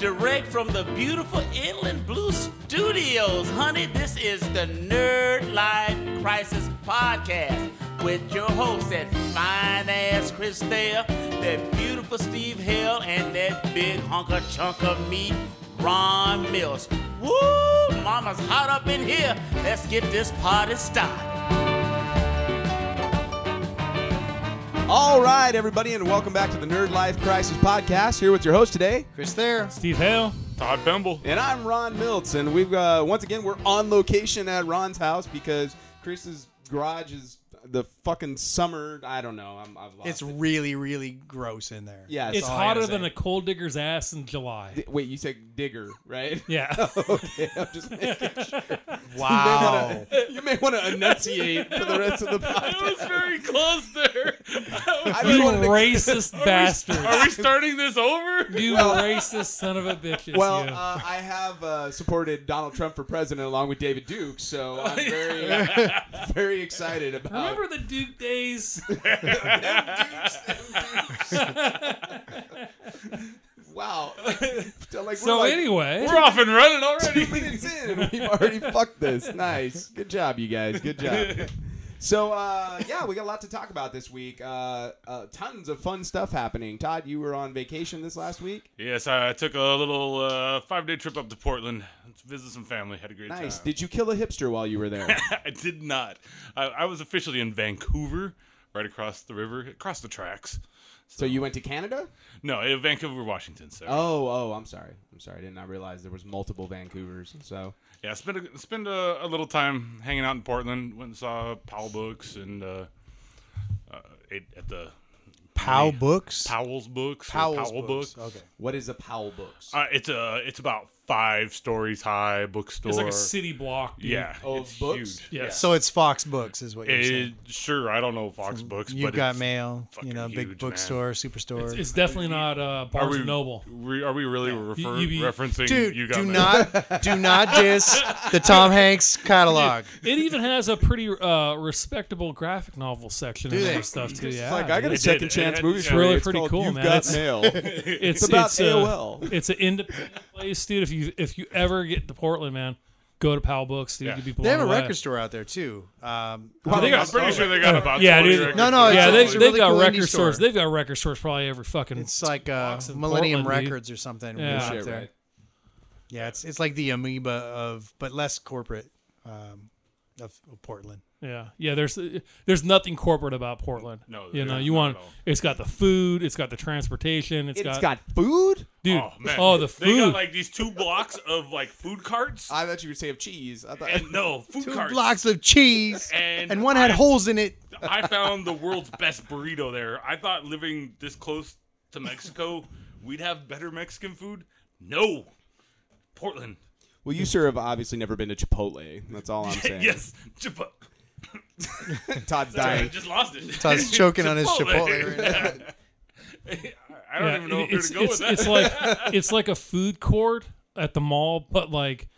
direct from the beautiful Inland Blue Studios. Honey, this is the Nerd Life Crisis Podcast with your hosts, that fine ass Chris Thayer, that beautiful Steve Hill, and that big hunker chunk of meat, Ron Mills. Woo! Mama's hot up in here. Let's get this party started. All right, everybody, and welcome back to the Nerd Life Crisis Podcast. Here with your host today, Chris Thayer. Steve Hale. Todd Bemble. and I'm Ron Miltz. And we've uh, once again we're on location at Ron's house because Chris's garage is the fucking summer. I don't know. I'm, I've lost. It's it. really, really gross in there. yeah. It's all I gotta hotter than say. a coal digger's ass in July. Di- Wait, you said digger, right? Yeah. okay, I'm just making sure. Wow. You may want to enunciate for the rest of the podcast. was very close there. I you just wanted to- racist bastard. Are we starting this over? You racist son of a bitch. Well, you. uh, I have uh, supported Donald Trump for president along with David Duke, so I'm very, very excited about. Remember the Duke days? Wow. So, like, so we're like anyway, We're off and running already. two minutes in and we've already fucked this. Nice. Good job, you guys. Good job. So, uh, yeah, we got a lot to talk about this week. Uh, uh, tons of fun stuff happening. Todd, you were on vacation this last week. Yes, I took a little uh, five day trip up to Portland to visit some family. Had a great Nice. time. Did you kill a hipster while you were there? I did not. I, I was officially in Vancouver, right across the river, across the tracks. so you went to Canada? No, eh, Vancouver, Washington. So Oh, oh, I'm sorry. I'm sorry. I did not realize there was multiple Vancouvers. So, yeah, spent a, spent a, a little time hanging out in Portland. Went and saw Powell Books and uh, uh, ate at the Pow Yeah. books. Powell's Books. or Powell's Powell books. Books. Okay. what is a Powell Books? Uh, it's a it's about five stories high bookstore. it's like a city block. Dude. Yeah, Of it's books? huge. Yeah. So it's Fox Books, is what you're It, saying. Eh, sure, I don't know Fox Books, You've but got it's- mail, you fucking know, big huge, man. bookstore, superstore. It's definitely not uh, Are Barnes we and Noble. re- are we really refer- you be- referencing? Dude, you got do mail? not, do not diss the Tom Hanks catalog. It even has a pretty uh, respectable graphic novel section Do and they? other stuff too. It's Yeah, like, I got a it second did. chance It- movie it's for you. really It's pretty called cool, You've man. Got It's- Mail. it's, about a- AOL. it's an independent place, dude. If you if you ever get to Portland, man, go to Powell Books, dude. Yeah. You'd be blown They have a away. record store out there too. Um, I think I'm Oh, pretty okay. sure they got about yeah, 20 dude. records. No, no, it's yeah, a- they, it's a they've really got cool record indie stores. store. They've got record stores probably every fucking. it's like uh, Fox in Millennium Portland, dude. Records or something. Yeah. up Shit, there. right. Yeah, it's it's like the amoeba of, but less corporate, um, of, of Portland. Yeah, yeah. There's uh, there's nothing corporate about Portland. No, you know there's you not want at all. it's got the food, it's got the transportation, It's got food? dude. Oh, man. the food. They got like these two blocks of like food carts. I thought you would say of cheese. I thought and no food Two carts. blocks of cheese, And and one had I- holes in it. I found the world's best burrito there. I thought living this close to Mexico, we'd have better Mexican food. No, Portland. Well, you sir have obviously never been to Chipotle. That's all I'm saying. Yes, Chipotle. Todd's I dying. just lost it. Todd's choking on his Chipotle right now. I don't yeah, even know it- where it's, to go it's, with that. it's like it's like a food court at the mall, but like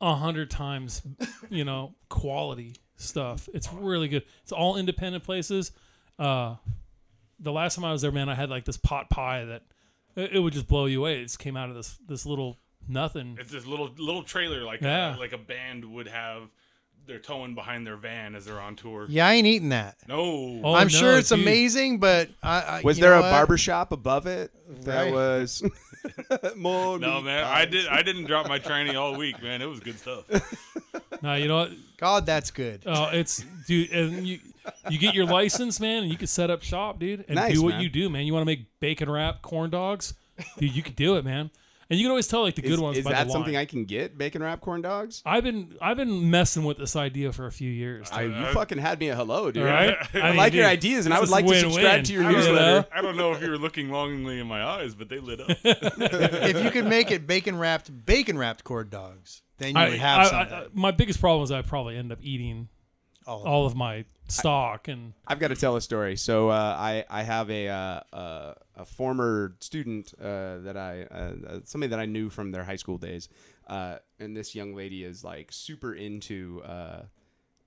a hundred times, you know, quality stuff. It's really good. It's all independent places. Uh, the last time I was there, man, I had like this pot pie that it, it would just blow you away. It just came out of this this little nothing. It's this little little trailer, like Yeah. a, like a band would have. They're towing behind their van as they're on tour. Yeah, I ain't eating that. No, Oh, I'm no, sure it's dude. amazing, but I, I Was you there know a what? barber shop above it? That Right. was more no, man. I did. I didn't drop my tranny all week, man. It was good stuff. No, you know what? God, that's good. Oh, it's dude, and you you get your license, man, and you can set up shop, dude, and Nice, do what man. you do, man. You want to make bacon wrap corn dogs, dude? You can do it, man. And you can always tell like the good Is, ones is by that the something line. I can get? Bacon wrap corn dogs? I- have been I've been messing with this idea for a few years, I, you I- fucking had me at hello, dude. all right? I, mean, like your dude, ideas, and I would this is like to win-win. subscribe to your You newsletter. know? I don't know if you were looking longingly in my eyes, but they lit up. if you could make it bacon wrapped, bacon wrapped corn dogs, then you I, would have I- I- something. my biggest problem is I probably end up eating All of all of my stock, and I've got to tell a story. So uh, I I have a uh, uh, a former student uh, that I uh, uh, somebody that I knew from their high school days, uh, and this young lady is like super into uh,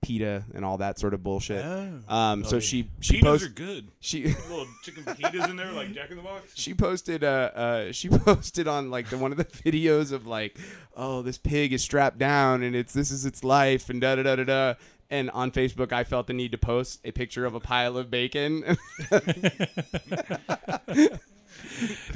pita and all that sort of bullshit. Oh. um, so she she Pitas are posted good. she Little chicken fajitas in there, like Jack in the Box. she posted uh, uh she posted on like the one of the videos of like oh this pig is strapped down and it's this is its life and da da da da da and on Facebook I felt the need to post a picture of a pile of bacon.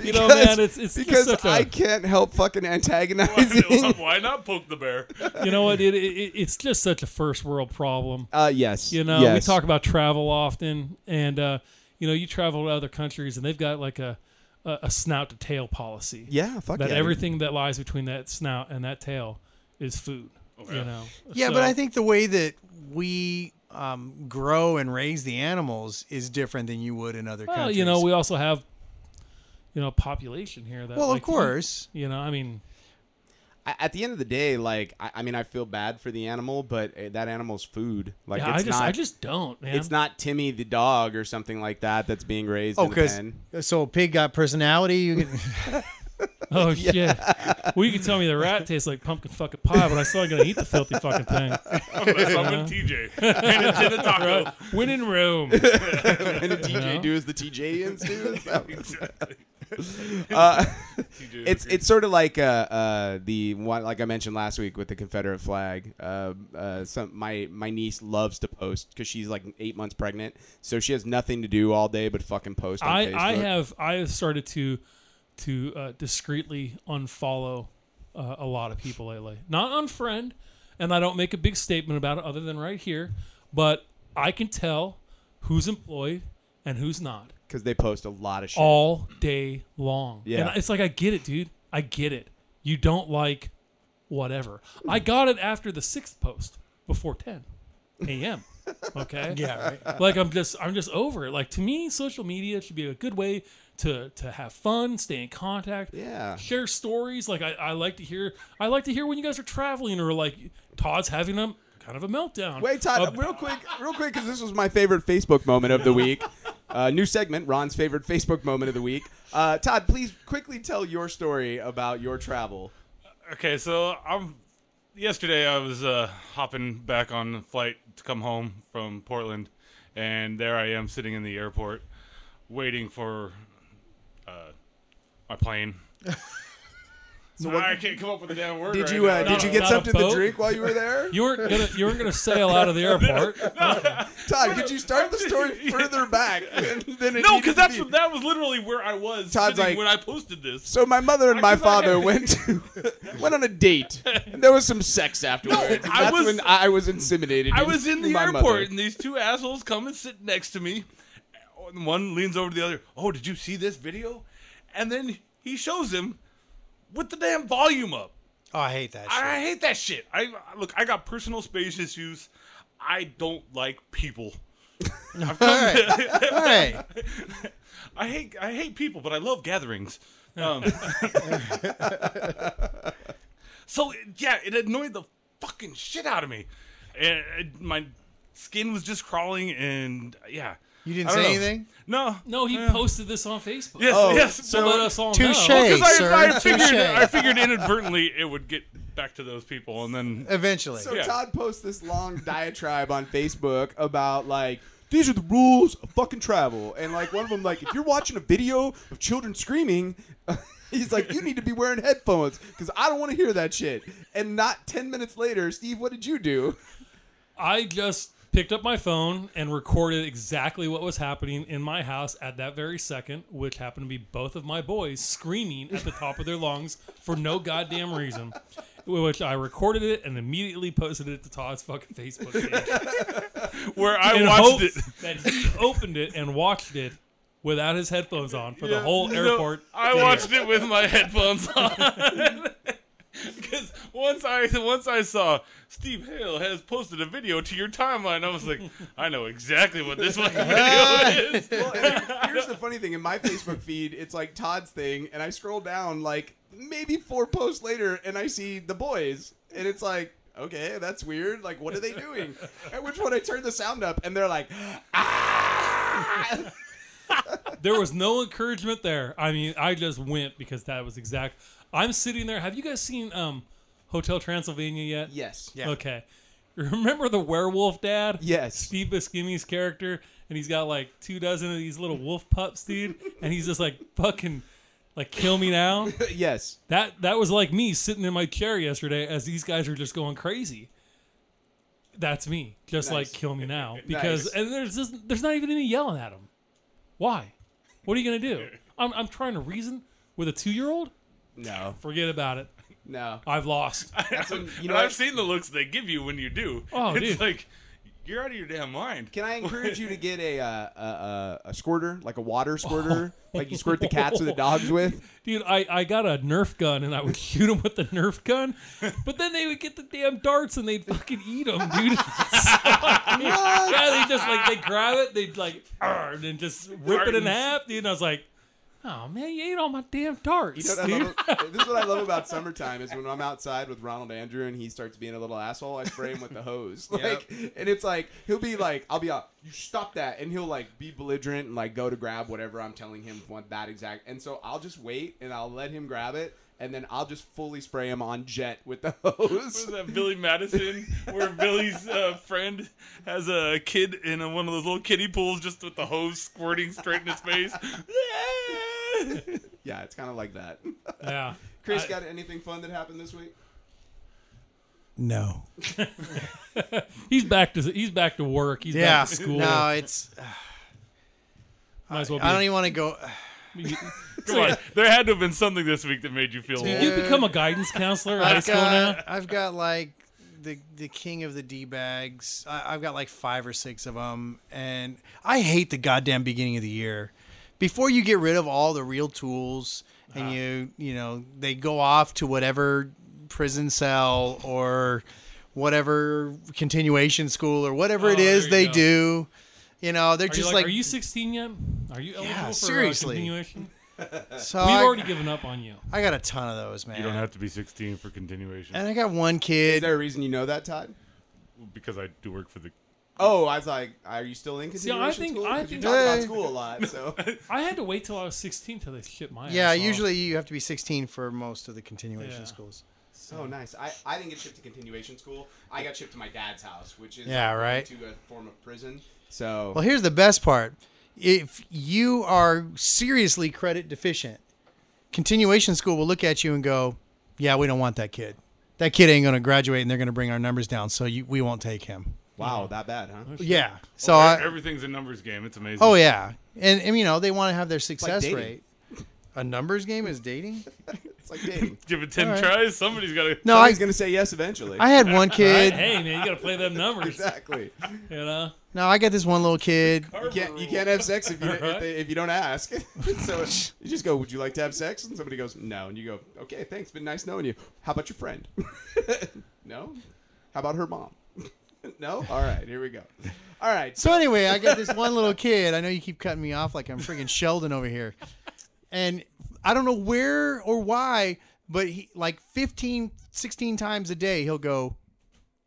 You know, Because- man, it's it's because just such a I can't help fucking antagonizing. Why not poke the bear? you know what it, it it's just such a first world problem. uh, yes. You know, we yes. talk about travel often, and uh, you know, you travel to other countries, and they've got like a a, a snout to tail policy. Yeah, fuck that yeah, dude. everything that lies between that snout and that tail is food. You know. Yeah, So- but I think the way that we um, grow and raise the animals is different than you would in other well, countries. you know, we also have you know population here that well, of like, course. You know, I mean, I- at the end of the day, like I, I mean, I feel bad for the animal, but uh, that animal's food. Like yeah, I it's just not. I just don't, man. it's not Timmy the dog or something like that that's being raised. Oh, in a because pen. so a pig got personality. You can, Oh shit! Well, you can tell me the rat tastes like pumpkin fucking pie, but I still ain't gonna eat the filthy fucking thing. Unless I'm with TJ. And it's in a taco. When in Rome, and the TJ know? do as the TJians do. Is that- Exactly. Uh, TJ it's agrees. it's sort of like uh, uh, the one like I mentioned last week with the Confederate flag. Uh, uh, some my my niece loves to post because she's like eight months pregnant, so she has nothing to do all day but fucking post. On I Facebook. I have I have started to to uh, discreetly unfollow uh, a lot of people lately. Not unfriend, and I don't make a big statement about it other than right here. But I can tell who's employed and who's not because they post a lot of shit. all day long. Yeah. and it's like I get it, dude. I get it. You don't like whatever. I got it after the sixth post before ten a.m. Okay. yeah, right. like I'm just I'm just over it. Like to me, social media should be a good way to to have fun, stay in contact, Yeah. share stories. Like I, I like to hear I like to hear when you guys are traveling or like Todd's having a kind of a meltdown. Wait, Todd, Uh, real quick, real quick, because this was my favorite Facebook moment of the week. Uh, new segment, Ron's favorite Facebook moment of the week. Uh, Todd, please quickly tell your story about your travel. Okay, so I'm yesterday I was uh, hopping back on the flight to come home from Portland, and there I am sitting in the airport waiting for uh, my plane. so I can't come up with a damn word. Did right you uh, now. did No, you get not a something to boat. drink while you were there? you weren't gonna you weren't gonna sail out of the airport. Todd, could you start the story Yeah. further back than, than it No, needed to because that's be? that was literally where I was Todd's sitting like- when I posted this. So my mother and my 'Cause I father had- went to went on a date. And there was some sex afterwards. I that's was- when I was inseminated. I was in the by my airport, mother. and these two assholes come and sit next to me. And One leans over to the other. Oh, did you see this video? And then he shows him with the damn volume up. Oh, I hate that. Shit. I, I hate that shit. I look. I got personal space issues. I don't like people. I've All come, right, all right. I hate. I hate people, but I love gatherings. Um, so yeah, it annoyed the fucking shit out of me, and and my skin was just crawling. And yeah, You didn't I don't say know. anything? No, No, he Yeah. posted this on Facebook. Yes, Oh, yes. So let us all Touche. know. because sir. I, I figured, Touche. I figured inadvertently it would get back to those people, and then Eventually. So Yeah. Todd posts this long diatribe on Facebook about like these are the rules of fucking travel, and like one of them like if you're watching a video of children screaming. He's like, you need to be wearing headphones because I don't want to hear that shit. And not ten minutes later, Steve, what did you do? I just picked up my phone and recorded exactly what was happening in my house at that very second, which happened to be both of my boys screaming at the top of their lungs for no goddamn reason. Which I recorded it and immediately posted it to Todd's fucking Facebook page where I in watched hopes it. that he opened it and watched it without his headphones on for the Yeah, whole no, airport. I watched it with my headphones on. Because once I once I saw Steve Hale has posted a video to your timeline, I was like, I know exactly what this fucking video is. Well, and here's the funny thing in my Facebook feed, it's like Todd's thing, and I scroll down like maybe four posts later, and I see the boys, and it's like, okay, that's weird. Like, what are they doing? At which point I turn the sound up, and they're like, There was no encouragement there. I mean, I just went because that was exact. I'm sitting there. Have you guys seen um, Hotel Transylvania yet? yes, Yeah. Okay. Remember the werewolf dad? Yes. Steve Buscemi's character, and he's got like two dozen of these little wolf pups, dude, and he's just like fucking, like kill me now. yes. That that was like me sitting in my chair yesterday as these guys are just going crazy. That's me, just like Nice. kill me now because Nice. and there's just, there's not even any yelling at him. Why? What are you gonna do? I'm I'm trying to reason with a two year old. No. Forget about it. No. I've lost. That's a- you You know, I've what? seen the looks they give you when you do. Oh, it's dude. like you're out of your damn mind. Can I encourage you to get a uh, a, a a squirter, like a water squirter, Oh. like you squirt the cats or the dogs with? Dude, I, I got a Nerf gun and I would shoot them with the Nerf gun, but then they would get the damn darts and they'd fucking eat them, dude. yeah, they just like they grab it, they'd like, "Arr," and then just rip it in Darts. half, dude. And I was like, oh man, you ate all my damn darts, You know what I dude. love- this is what I love about summertime is when I'm outside with Ronald Andrew and he starts being a little asshole, I spray him with the hose. Like and it's like he'll be like, I'll be out, you stop that and he'll like be belligerent and like go to grab whatever I'm telling him want that exact and so I'll just wait and I'll let him grab it and then I'll just fully spray him on jet with the Was hose. that Billy Madison, where Billy's uh, friend has a kid in a, one of those little kiddie pools, just with the hose squirting straight in his face? Yeah, it's kinda like that. Yeah. Chris, got anything fun that happened this week? No. He's back to he's back to work. He's Yeah. back to school. No, it's. Might as well be. I don't even want to go. Come on, there had to have been something this week that made you feel. Did old. you become a guidance counselor in high I've school now? got, I've got like the the king of the d bags. I- I've got like five or six of them, and I hate the goddamn beginning of the year. Before you get rid of all the real tools, and you you know they go off to whatever prison cell or whatever continuation school or whatever it Oh, is there they you go. do. You know, they're Are you just like, like, are you 16 yet? Are you eligible for seriously. a continuation? so We've I, already given up on you. I got a ton of those, man. You don't have to be 16 for continuation and I got one Is kid. there a reason you know that, Todd? because I do work for the. Oh, I was like, are you still in I continuation think- school? I 'Cause think- you talk about Hey. school a lot, so I had to wait till I was 16 till they shipped my Yeah, ass off. usually you have to be 16 for most of the continuation Yeah. schools. Oh, nice. I, I didn't get shipped to continuation school. I got shipped to my dad's house, which is Yeah, right. to a form of prison. So Well, here's the best part. If you are seriously credit deficient, continuation school will look at you and go, "Yeah, we don't want that kid. That kid ain't going to graduate and they're going to bring our numbers down, so you, we won't take him." wow, that bad, huh? Yeah. So I, Everything's a numbers game. It's amazing. Oh yeah. And, and you know, they want to have their success dating. rate. A numbers game is dating? It's like dating. Give it 10 All right. tries. Somebody's got to. No, I I was gonna say yes eventually. I had one Hey, kid. hey, man, you gotta play them numbers. exactly. You know, No, I got this one little kid. You can't you can't have sex if you if, Right. they, if you don't ask. so you just go, "Would you like to have sex?" And somebody goes, "No," and you go, "Okay, thanks. Been nice knowing you. How about your friend? no. How about her mom? no. All right, here we go. All right. So anyway, I got this one little kid. I know you keep cutting me off like I'm freaking Sheldon over here. And I don't know where or why, but he like 15, 16 times a day he'll go,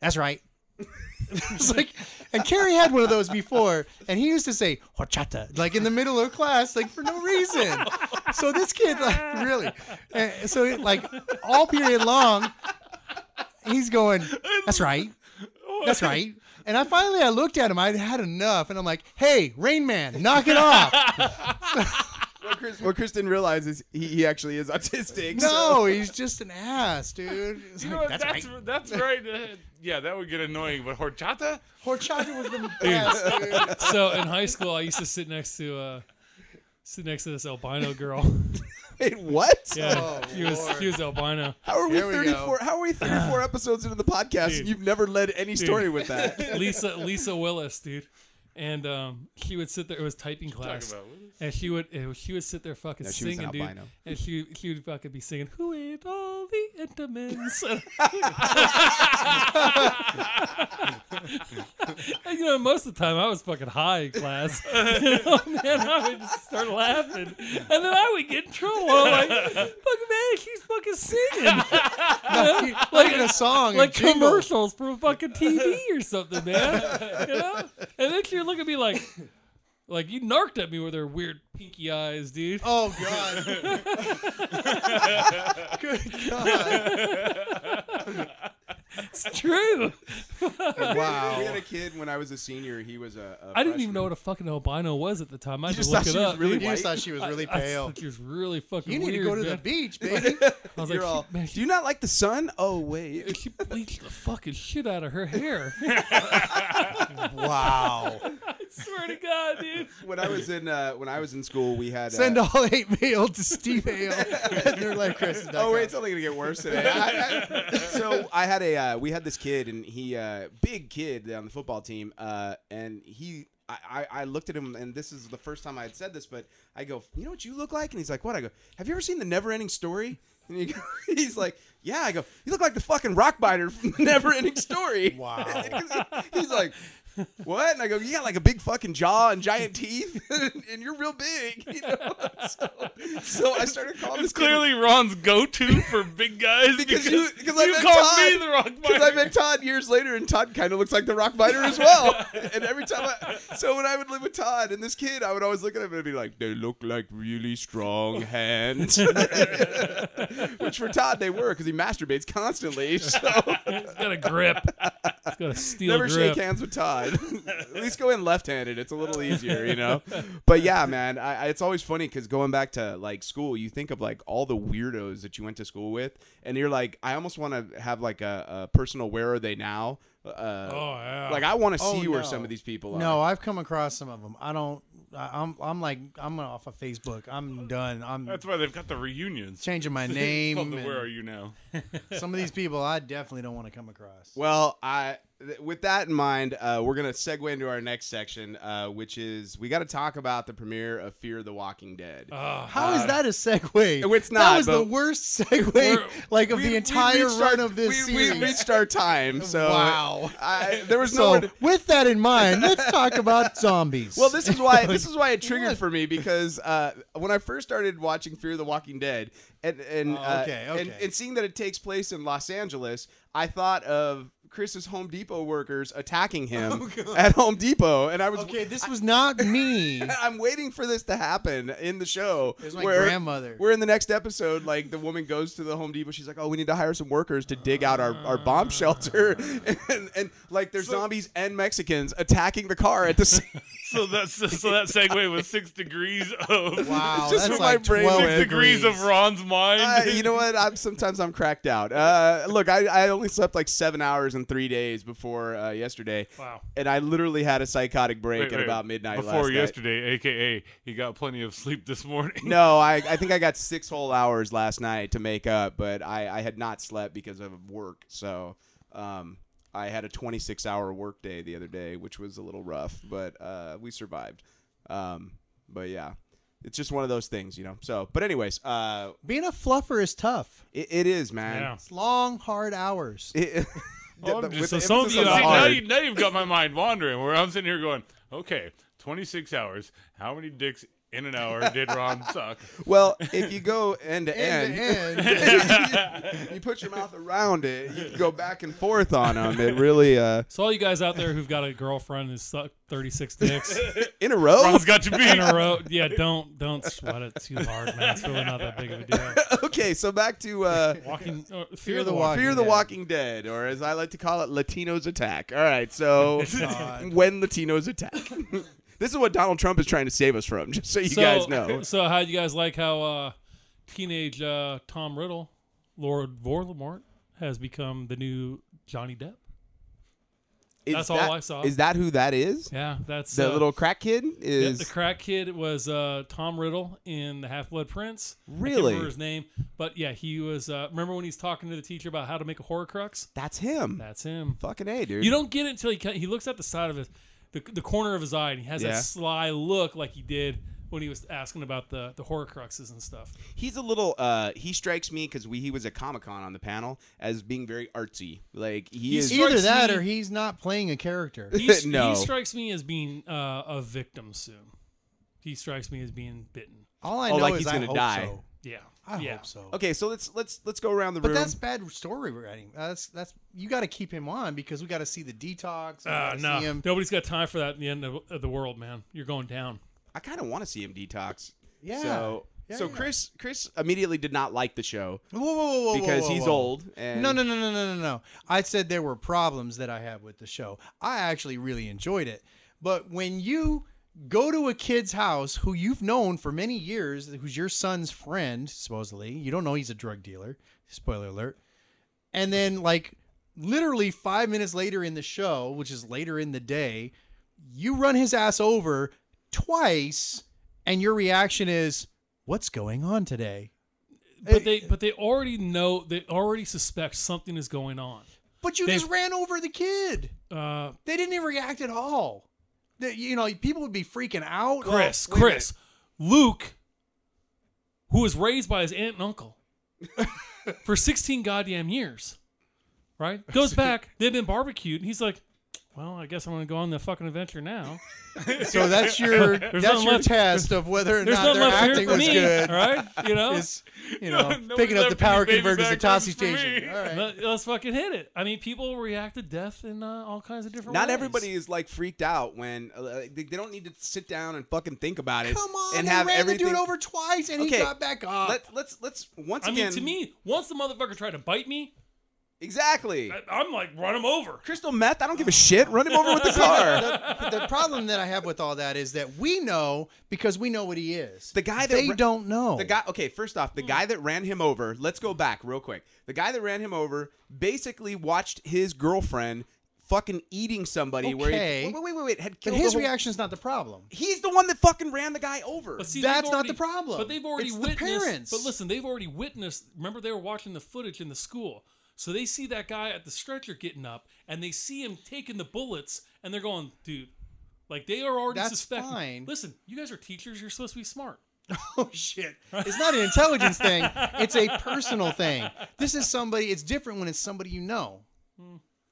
"That's right." it's like and Carrie had one of those before, and he used to say horchata like in the middle of class, like for no reason. So this kid like really, and so like all period long, he's going, "That's right." That's right. And I finally I looked at him. I had enough, and I'm like, "Hey, Rain Man, knock it off!" What Chris, what Chris didn't realize is he, he actually is autistic. so- no, he's just an ass, dude. It's You know like, what? that's, That's, that's right. right. Uh, yeah, that would get annoying. But horchata? Horchata was the best. Dude. so in high school, I used to sit next to uh, sit next to this albino girl. Wait, what? Yeah, Oh, she was she was albino. How are we Here we go. 34? How are we 34 episodes into the podcast and Dude. you've never led any story with that? Lisa Lisa Willis, dude. And um, she would sit there. It was typing class, about and she would it was- she would sit there fucking No, she was an singing, dude. albino. And she she would fucking be singing, "Who ate all the intimates?" and, you know, most of the time I was fucking high in class. you know, man, I would just start laughing, and then I would get in trouble. I'm like, "Fucking man, she's fucking singing." like in a song, a like jingle. commercials from fucking TV or something, man. You know? And then she would look at me like, like you narked at me with her weird pinky eyes, dude. Oh god. Good god. It's true. Wow. We had a kid when I was a senior. He was a. a I didn't even know freshman. what a fucking albino was at the time. I had just to look thought it she was up. really You just white? thought she was really I, I pale. thought she was really fucking You need to weird, go to the man. beach, baby. I was You're like, all, she, man, Do she, you not like the sun? Oh wait. she bleached the fucking shit out of her hair. wow. I swear to God, dude. When I was in uh, when I was in school, we had uh, Send all hate mail to Steve Hale at nerdlifecrisis.com. Oh wait, it's only gonna get worse today. I- I- so I had a uh, we had this kid and he uh, big kid on the football team uh, and he I, I I looked at him and this is the first time I had said this but I go you know what you look like and he's like what I go have you ever seen the Never Ending Story and he, go- he's like yeah I go you look like the fucking rock biter from Never Ending Story Wow. 'Cause he's like what and I go you got like a big fucking jaw and giant teeth and you're real big you know so, so I started calling It's this kid- clearly Ron's go-to for big guys Because because, you- because I you met called Todd. me the rock Because I biter. met Todd years later, and Todd kind of looks like the rock biter as well. and every time I, so when I would live with Todd and this kid, I would always look at him and be like, they look like really strong hands. Which for Todd, they were because he masturbates constantly. So It's got a grip. It's got a steel never grip. shake hands with Todd. at least go in left handed. It's a little easier, you know? But yeah, man, I, I, it's always funny because going back to like school, you think of like all the weirdos that you went to school with, and you're like, I almost want to have like a, a personal where are they now? Uh, Oh, yeah. Like, I want to Oh, see where no. some of these people are. No, I've come across some of them. I don't. I, I'm. I'm like. I'm off of Facebook. I'm done. I'm That's why they've got the reunions. changing my It's name. called the Where Are and You Now? Some of these people I definitely don't want to come across. Well, I th- with that in mind, uh, we're gonna segue into our next section, uh, which is we got to talk about the premiere of Fear the Walking Dead. Uh, Ah. How is that a segue? it's That not, was but- the worst segue, We're- like of We- the we entire reached run our- of this we, series. We reached our time, so Wow. I, there was no. so, with that in mind, let's talk about zombies. Well, this is why this is why it triggered for me because uh, when I first started watching Fear the Walking Dead and and, Oh, uh, okay, and okay. and seeing that it takes place in Los Angeles, I thought of Chris's Home Depot workers attacking him at Home Depot, and I was Oh, okay. This was not me. I'm waiting for this to happen in the show. There's my grandmother. Where in the next episode, like the woman goes to the Home Depot, she's like, "Oh, we need to hire some workers to dig out our, our bomb shelter," Ah. and, and like there's zombies and Mexicans attacking the car at the same. So that's so that segue was six degrees of Wow, just that's what my like brain- twelve six degrees. of Ron's mind. Uh, you know what? I'm sometimes I'm cracked out. Uh, look, I, I only slept like seven hours in three days before uh, yesterday. Wow. And I literally had a psychotic break Wait, at wait. about midnight before last night. yesterday, aka he got plenty of sleep this morning. No, I, I think I got six whole hours last night to make up, but I, I had not slept because of work. So um, I had a 26 hour work day the other day, which was a little rough, but uh, we survived. Um, but yeah, it's just one of those things, you know. So, but anyways, uh, Being a fluffer is tough. it, it is, man. Yeah. It's long, hard hours. It- Oh, I'm the- just- with so the some of emphasis See, you on are- the now, hard. you, now you've got my mind wandering. Where I'm sitting here going, okay, 26 hours. How many dicks in an hour did Ron suck? Well, if you go end to End end, to end. you put your mouth around it, you can go back and forth on them. It really uh, So all you guys out there who've got a girlfriend who's sucked 36 dicks in a row. Ron's got you beat. in a row, yeah, don't don't sweat it too hard, man. It's really not that big of a deal. okay, so back to uh, Walking, uh, Fear fear, the, the walking. Walking Fear the Dead. Walking Dead, or as I like to call it, Latinos attack. All right, so when Latinos attack, this is what Donald Trump is trying to save us from. Just so you so, guys know. So how do you guys like how uh, teenage uh, Tom Riddle, Lord Voldemort, has become the new Johnny Depp? Is That's all that- I saw. Is that who that is? Yeah, that's The uh, little crack kid yeah, is. the crack kid was uh, Tom Riddle in the Half Blood Prince. I can't Really? remember his name, but yeah, he was. Uh, remember when he's talking to the teacher about how to make a Horcrux? that's him. That's him. Fucking a dude. You don't get it until he ca- he looks at the side of his, the, the corner of his eye, and he has Yeah. that sly look like he did when he was asking about the the Horcruxes and stuff. he's a little. Uh, he strikes me because we he was at Comic Con on the panel as being very artsy. Like he is. Either strikes that me- or he's not playing a character. He's, No. He strikes me as being uh, a victim soon. He strikes me as being bitten. All I Oh, know like is he's I gonna hope die. so. Yeah, I yeah. hope so. okay, so let's let's let's go around the But room. that's bad story writing. That's that's you got to keep him on because we got to see the detox. we Uh, gotta no, see him. nobody's got time for that in the end of, of the world, man. You're going down. I kind of want to see him detox. Yeah. So Yeah, so yeah. Chris, Chris immediately did not like the show Whoa, whoa, whoa, whoa, whoa, because whoa, he's whoa. old. And No, no, no, no, no, no, no. I said there were problems that I had with the show. I actually really enjoyed it. But when you go to a kid's house who you've known for many years, who's your son's friend, supposedly, you don't know he's a drug dealer, spoiler alert. And then, like, literally five minutes later in the show, which is later in the day, you run his ass over twice, and your reaction is, What's going on today? But they but they already know they already suspect something is going on. But you They- just ran over the kid. Uh, They didn't even react at all. That you know, people would be freaking out. Chris, Well, wait a Chris, Luke, who was raised by his aunt and uncle for 16 goddamn years, right? Goes back, they've been barbecued, and he's like, well, I guess I'm going to go on the fucking adventure now. minute. So that's your that's nothing your left- test of whether or There's not nothing their left acting here for was me, good. right? You know? Is you know No- picking nobody up the left power any baby converters at backgrounds Tossie for me. Station. All right. Let, us fucking hit it. I mean, people react to death in uh, all kinds of different Not ways. everybody is like freaked out when uh, they, they don't need to sit down and fucking think about it Come on, and they have ran everything. the dude over twice and Okay, he got back up. Let, let's let's once I mean, again to me, once the motherfucker tried to bite me, exactly. I, I'm like, run him over. Crystal meth. I don't give a shit. Run him over with the car. the, the problem that I have with all that is that we know because we know what he is. The guy that they ra- don't know. The guy. Okay, first off, the Hmm. guy that ran him over. Let's go back real quick. The guy that ran him over basically watched his girlfriend fucking eating somebody. Where Okay. he, wait, wait, wait, wait. Had but killed his the whole- reaction's not the problem. He's the one that fucking ran the guy over. But see, That's they've not already- the problem. But they've already It's the witnessed. parents. But listen, they've already witnessed. Remember, they were watching the footage in the school, so they see that guy at the stretcher getting up, and they see him taking the bullets, and they're going, "Dude." Like they are already That's suspecting. fine. Listen, you guys are teachers. You're supposed to be smart. Oh shit! It's not an intelligence thing. It's a personal thing. This is somebody. It's different when it's somebody you know.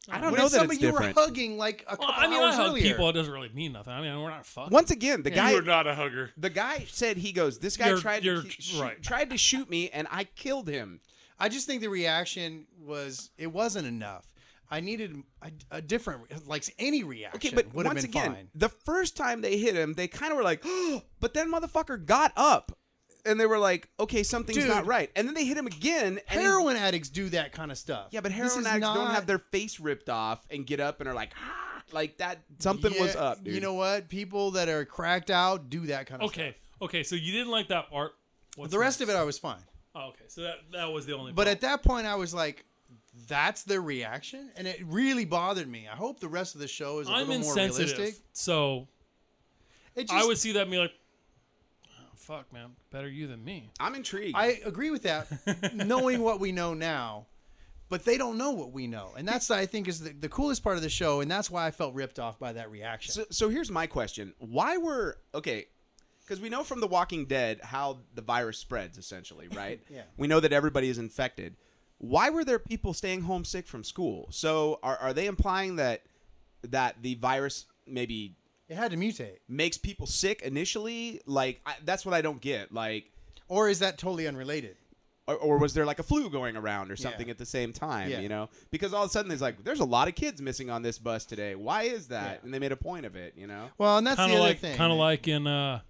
I don't When know it's that somebody it's you different. were hugging like a couple Well, I mean, I hours hug earlier. people. It doesn't really mean nothing. I mean, we're not fucking. Once again, the guy You are not a hugger. the guy said he goes, "This guy You're- tried you're to ki- shoot- right. tried to shoot me, and I killed him." I just think the reaction was it wasn't enough. I needed a, a different, like any reaction. Okay, but would have once been again, fine. the first time they hit him, they kind of were like, "But then motherfucker got up." And they were like, "Okay, something's Dude. not right." And then they hit him again and he- Heroin addicts do that kind of stuff. Yeah, but This heroin is addicts don't not- have their face ripped off and get up and are like, "Ah," like that something was Yeah, up, dude. You know what? People that are cracked out do that kind of Okay, okay. So you didn't like that part. stuff. What's The rest next? of it, I was fine. Oh, okay, so that that was the only. But problem. at that point, I was like, "That's their reaction," and it really bothered me. I hope the rest of the show is a I'm little more insensitive. realistic. So It I would see that and be like, oh, "Fuck, man, better you than me." I'm intrigued. I agree with that, knowing what we know now, but they don't know what we know, and that's I think is the, the coolest part of the show, and that's why I felt ripped off by that reaction. So, so here's my question: Why were okay? Because we know from The Walking Dead how the virus spreads, essentially, right? Yeah. We know that everybody is infected. Why were there people staying home sick from school? So are are they implying that that the virus maybe it had to mutate, makes people sick initially? Like I, that's what I don't get. Like. or is that totally unrelated? Or, or was there like a flu going around or something Yeah. at the same time, Yeah. you know? Because all of a sudden there's like, there's a lot of kids missing on this bus today. Why is that? And they made a point of it, you know? Well, and that's kind the of other like thing. kind of like in uh,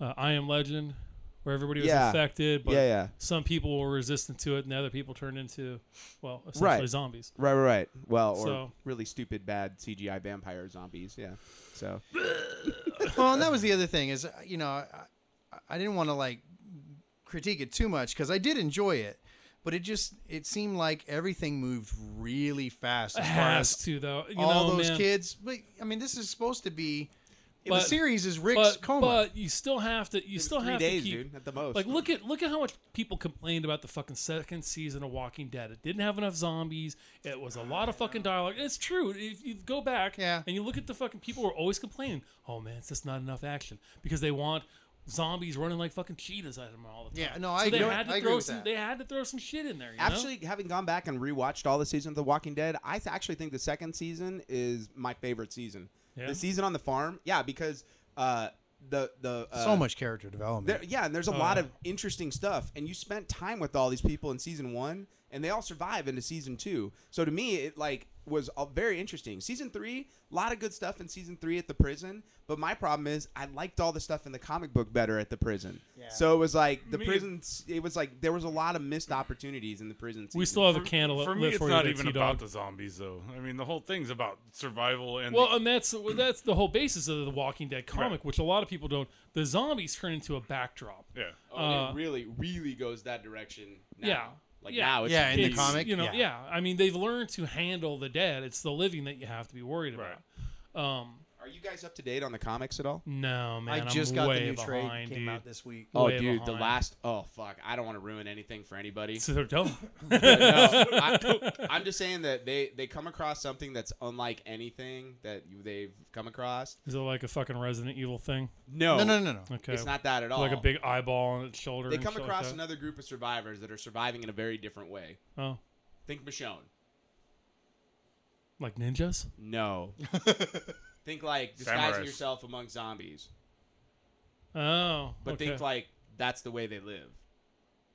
uh, I Am Legend, where everybody was Yeah. infected, but Yeah, yeah. some people were resistant to it, and other people turned into well, essentially Right. zombies. Right, right, right. Well, or So- really stupid, bad CGI vampire zombies. Yeah. So well, and that was the other thing is, uh, you know, I, I- I didn't want to like critique it too much because I did enjoy it, but it just it seemed like everything moved really fast as far Has as to though, you all know, those man. kids. But I mean, this is supposed to be the But- series is Rick's But, coma. but you still have to. You still three have days, to keep. dude, at the Oh, most. Like look at look at how much people complained about the fucking second season of Walking Dead. It didn't have enough zombies. It was a lot of fucking dialogue. It's true. If you go back Yeah. and you look at the fucking people were always complaining, "Oh man, it's just not enough action" because they want zombies running like fucking cheetahs at them all the time. Yeah, no, I so they agree- had to I agree throw with some that. they had to throw some shit in there, you know? actually, having gone back and rewatched all the seasons of The Walking Dead, I th- actually think the second season is my favorite season. Yeah? The season on the farm, yeah, because uh, the the uh, so much character development. There, yeah, and there's a lot yeah. of interesting stuff, and you spent time with all these people in season one, and they all survive into season two. So to me, it like was uh, very interesting. Season three, a lot of good stuff in season three at the prison. But my problem is, I liked all the stuff in the comic book better at the prison. So it was like the Me- prison. It was like there was a lot of missed opportunities in the prison. Season. We still have a candle For lit me, it's for you not there, even T-Dog. about the zombies, though. I mean, the whole thing's about survival and Well, um, the- and that's well, that's the whole basis of the Walking Dead comic, Right. which a lot of people don't. The zombies turn into a backdrop. yeah. Oh, Uh, it really, really goes that direction. Now. Yeah. Like Yeah. now, it's Yeah, in the huge. comic- You know, Yeah. yeah. I mean, they've learned to handle the dead. It's the living that you have to be worried about. Right. Um, Are you guys up to date on the comics at all? no, man, I just am got way the new trade behind, came dude. out this week. Oh, Way dude, the behind. last. Oh, fuck! I don't want to ruin anything for anybody. So don't. But no, I, I'm just saying that they they come across something that's unlike anything that you, they've come across. Is it like a fucking Resident Evil thing? No, No, no, no, no. Okay. it's not that at all. Like a big eyeball on its shoulder. They and come shit like across that? another group of survivors that are surviving in a very different way. Oh, Think Michonne. like ninjas? No. think like disguising Samurais. yourself among zombies, Oh, but okay. think like that's the way they live,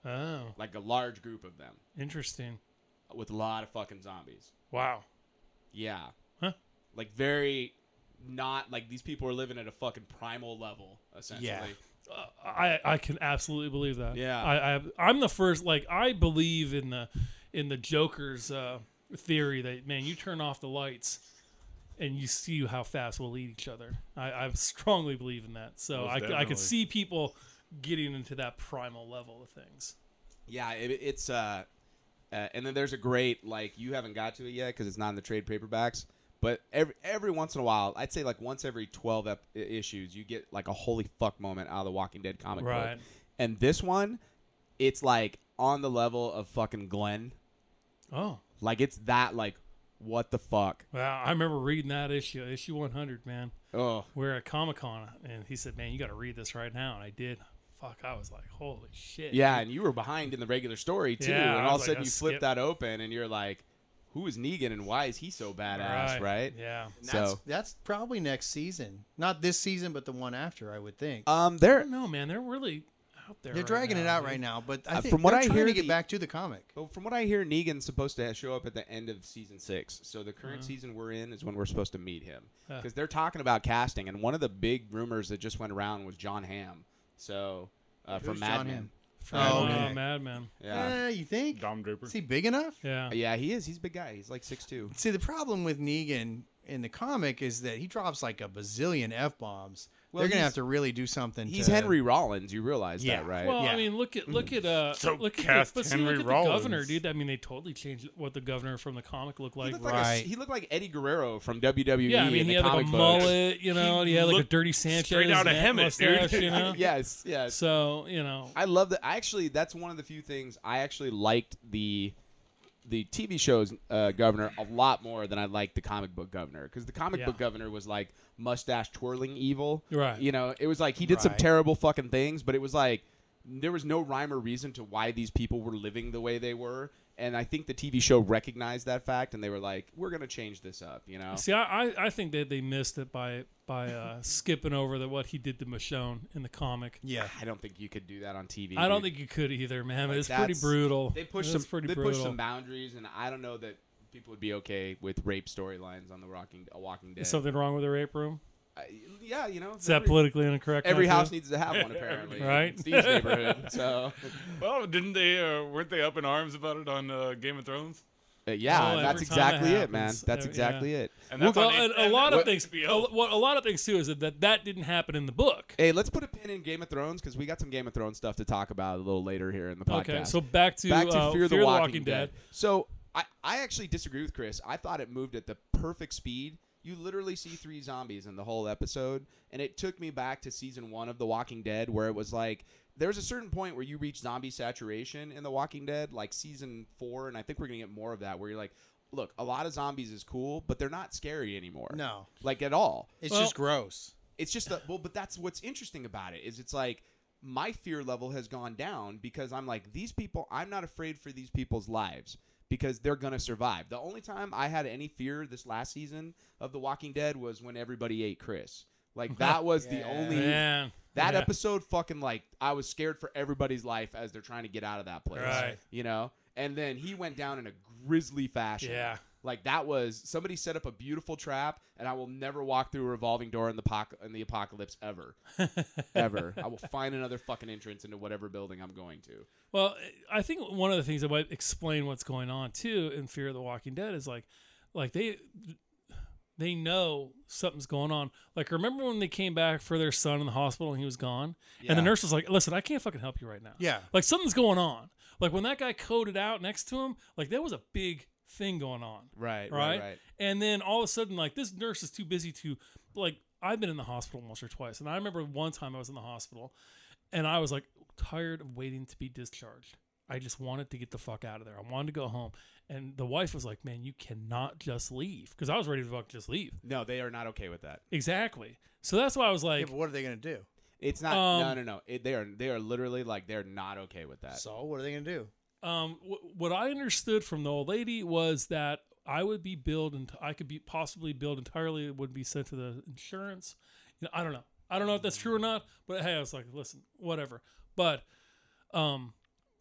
oh, like a large group of them interesting. with a lot of fucking zombies. Wow. Yeah. Huh. Like very not like these people are living at a fucking primal level essentially. Yeah. I, I can absolutely believe that. Yeah. I, I I'm the first like I believe in the in the Joker's uh, theory that man, you turn off the lights and you see how fast we'll eat each other. I, I strongly believe in that. So Most I, c- I definitely. could see people getting into that primal level of things. Yeah, it, it's uh, uh, and then there's a great like you haven't got to it yet because it's not in the trade paperbacks. But every every once in a while, I'd say like once every twelve ep- i- issues, you get like a holy fuck moment out of the Walking Dead comic Right. book. And this one, it's like on the level of fucking Glenn. Oh. Like it's that like what the fuck? Wow, I remember reading that issue, issue 100, man. Oh, We are at Comic Con, and he said, "Man, you got to read this right now." And I did. Fuck, I was like, "Holy shit!" yeah. And you were behind in the regular story too, Yeah, I and all of a was like, sudden I you flip skipped- that open, and you're like, who is Negan and why is he so badass? Right? Yeah. And That's, So- that's probably next season. Not this season, but the one after, I would think. Um, I there don't know, man. They're really out there. They're right dragging now, it out dude. right now, but I Uh, think from what I hear, to get the- back to the comic. Well, from what I hear, Negan's supposed to show up at the end of season six. So the current Uh-huh. season we're in is when we're supposed to meet him Huh. because they're talking about casting. And one of the big rumors that just went around was John Hamm. So uh, from Who's Mad John Men, Hamm? Oh, From, uh, okay. Mad Men. yeah, Eh, you think? Dom Draper. Is he big enough? Yeah. yeah, he is. He's a big guy. He's like six two. See, the problem with Negan in the comic is that he drops like a bazillion f bombs. Well, They're gonna he's- have to really do something. He's to, Henry Rollins. You realize Yeah. that, right? Well, Yeah. I mean, look at look at uh, So look cast at the, but see, Henry look at Rollins. the governor, dude. I mean, they totally changed what the governor from the comic looked he like. looked like, a s- Right. he looked like Eddie Guerrero from WWE. yeah, I mean, in he the had like a comic books. mullet, you know, and he had like a looked dirty Sanchez straight outta neck Hemet, dude. mustache, you know. Yes, yes. So you know, I love that. I actually, that's one of the few things I actually liked the the TV show's uh, governor a lot more than I liked the comic book governor because the comic Yeah. book governor was like mustache twirling evil. Right. You know, it was like he did some Right. terrible fucking things, but it was like there was no rhyme or reason to why these people were living the way they were. And I think the TV show recognized that fact, and they were like, "We're gonna change this up," you know. see, I, I I think that they missed it by by uh, skipping over the what he did to Michonne in the comic. Yeah, I don't think you could do that on TV. I don't dude. think you could either, man. Like, it's pretty that's- brutal. They pushed It's some pretty they brutal. pushed some boundaries, and I don't know that people would be okay with rape storylines on the Walking uh, Walking Dead. Is something wrong with the rape room? I- yeah, you know, Is that every, politically incorrect? every now, too? house needs to have one apparently, Right. in Steve's neighborhood. So Well, didn't they? Uh, weren't they up in arms about it on uh, Game of Thrones? uh, yeah, Oh, that's every time that exactly it, man. happens, That's every- exactly it. And We'll that's Well, on and a and- lot of and things. A, HBO. what, a lot of things too is that, that that didn't happen in the book. Hey, let's put a pin Oh. in Game of Thrones because we got some Game of Thrones stuff to talk about a little later here in the podcast. Okay, so back to, back to uh, Fear, the Walking, Dead. Dead. So I, I actually disagree with Chris. I thought it moved at the perfect speed. You literally see three zombies in the whole episode, and it took me back to season one of The Walking Dead, where it was like there was a certain point where you reach zombie saturation in The Walking Dead, like season four, and I think we're gonna get more of that, where you're like, look, a lot of zombies is cool, but they're not scary anymore. No. like at all it's Well- just gross. it's just that well but that's what's interesting about it is it's like my fear level has gone down because i'm like these people i'm not afraid for these people's lives because they're gonna survive the only time i had any fear this last season of the walking dead was when everybody ate chris like that was the Yeah. only Man, that yeah. episode fucking like i was scared for everybody's life as they're trying to get out of that place Right. you know and then he went down in a grisly fashion. Yeah. Like that was somebody set up a beautiful trap, and I will never walk through a revolving door in the poc- in the apocalypse ever, ever. I will find another fucking entrance into whatever building I'm going to. Well, I think one of the things that might explain what's going on too in Fear of the Walking Dead is like, like they they know something's going on. Like, remember when they came back for their son in the hospital and he was gone, and Yeah. the nurse was like, "Listen, I can't fucking help you right now. Yeah. like something's going on. Like when that guy coded out next to him, like there was a big thing going on. Right, right, And then all of a sudden, like this nurse is too busy to like. I've been in the hospital once or twice, and I remember one time I was in the hospital, and I was like tired of waiting to be discharged. I just wanted to get the fuck out of there. I wanted to go home, and the wife was like, "Man, you cannot just leave," because I was ready to fuck just leave. No, they are not okay with that. Exactly. So that's why I was Yeah, like, but what are they gonna do? It's not. no, Um, no, no. It, they are. They are literally like they're not okay with that. So what are they gonna do? um, w- what I understood from the old lady was that I would be billed and I could be possibly billed entirely. It would be sent to the insurance. You know, I don't know. I don't know if that's true or not. But hey, I was like, listen, whatever. But, um,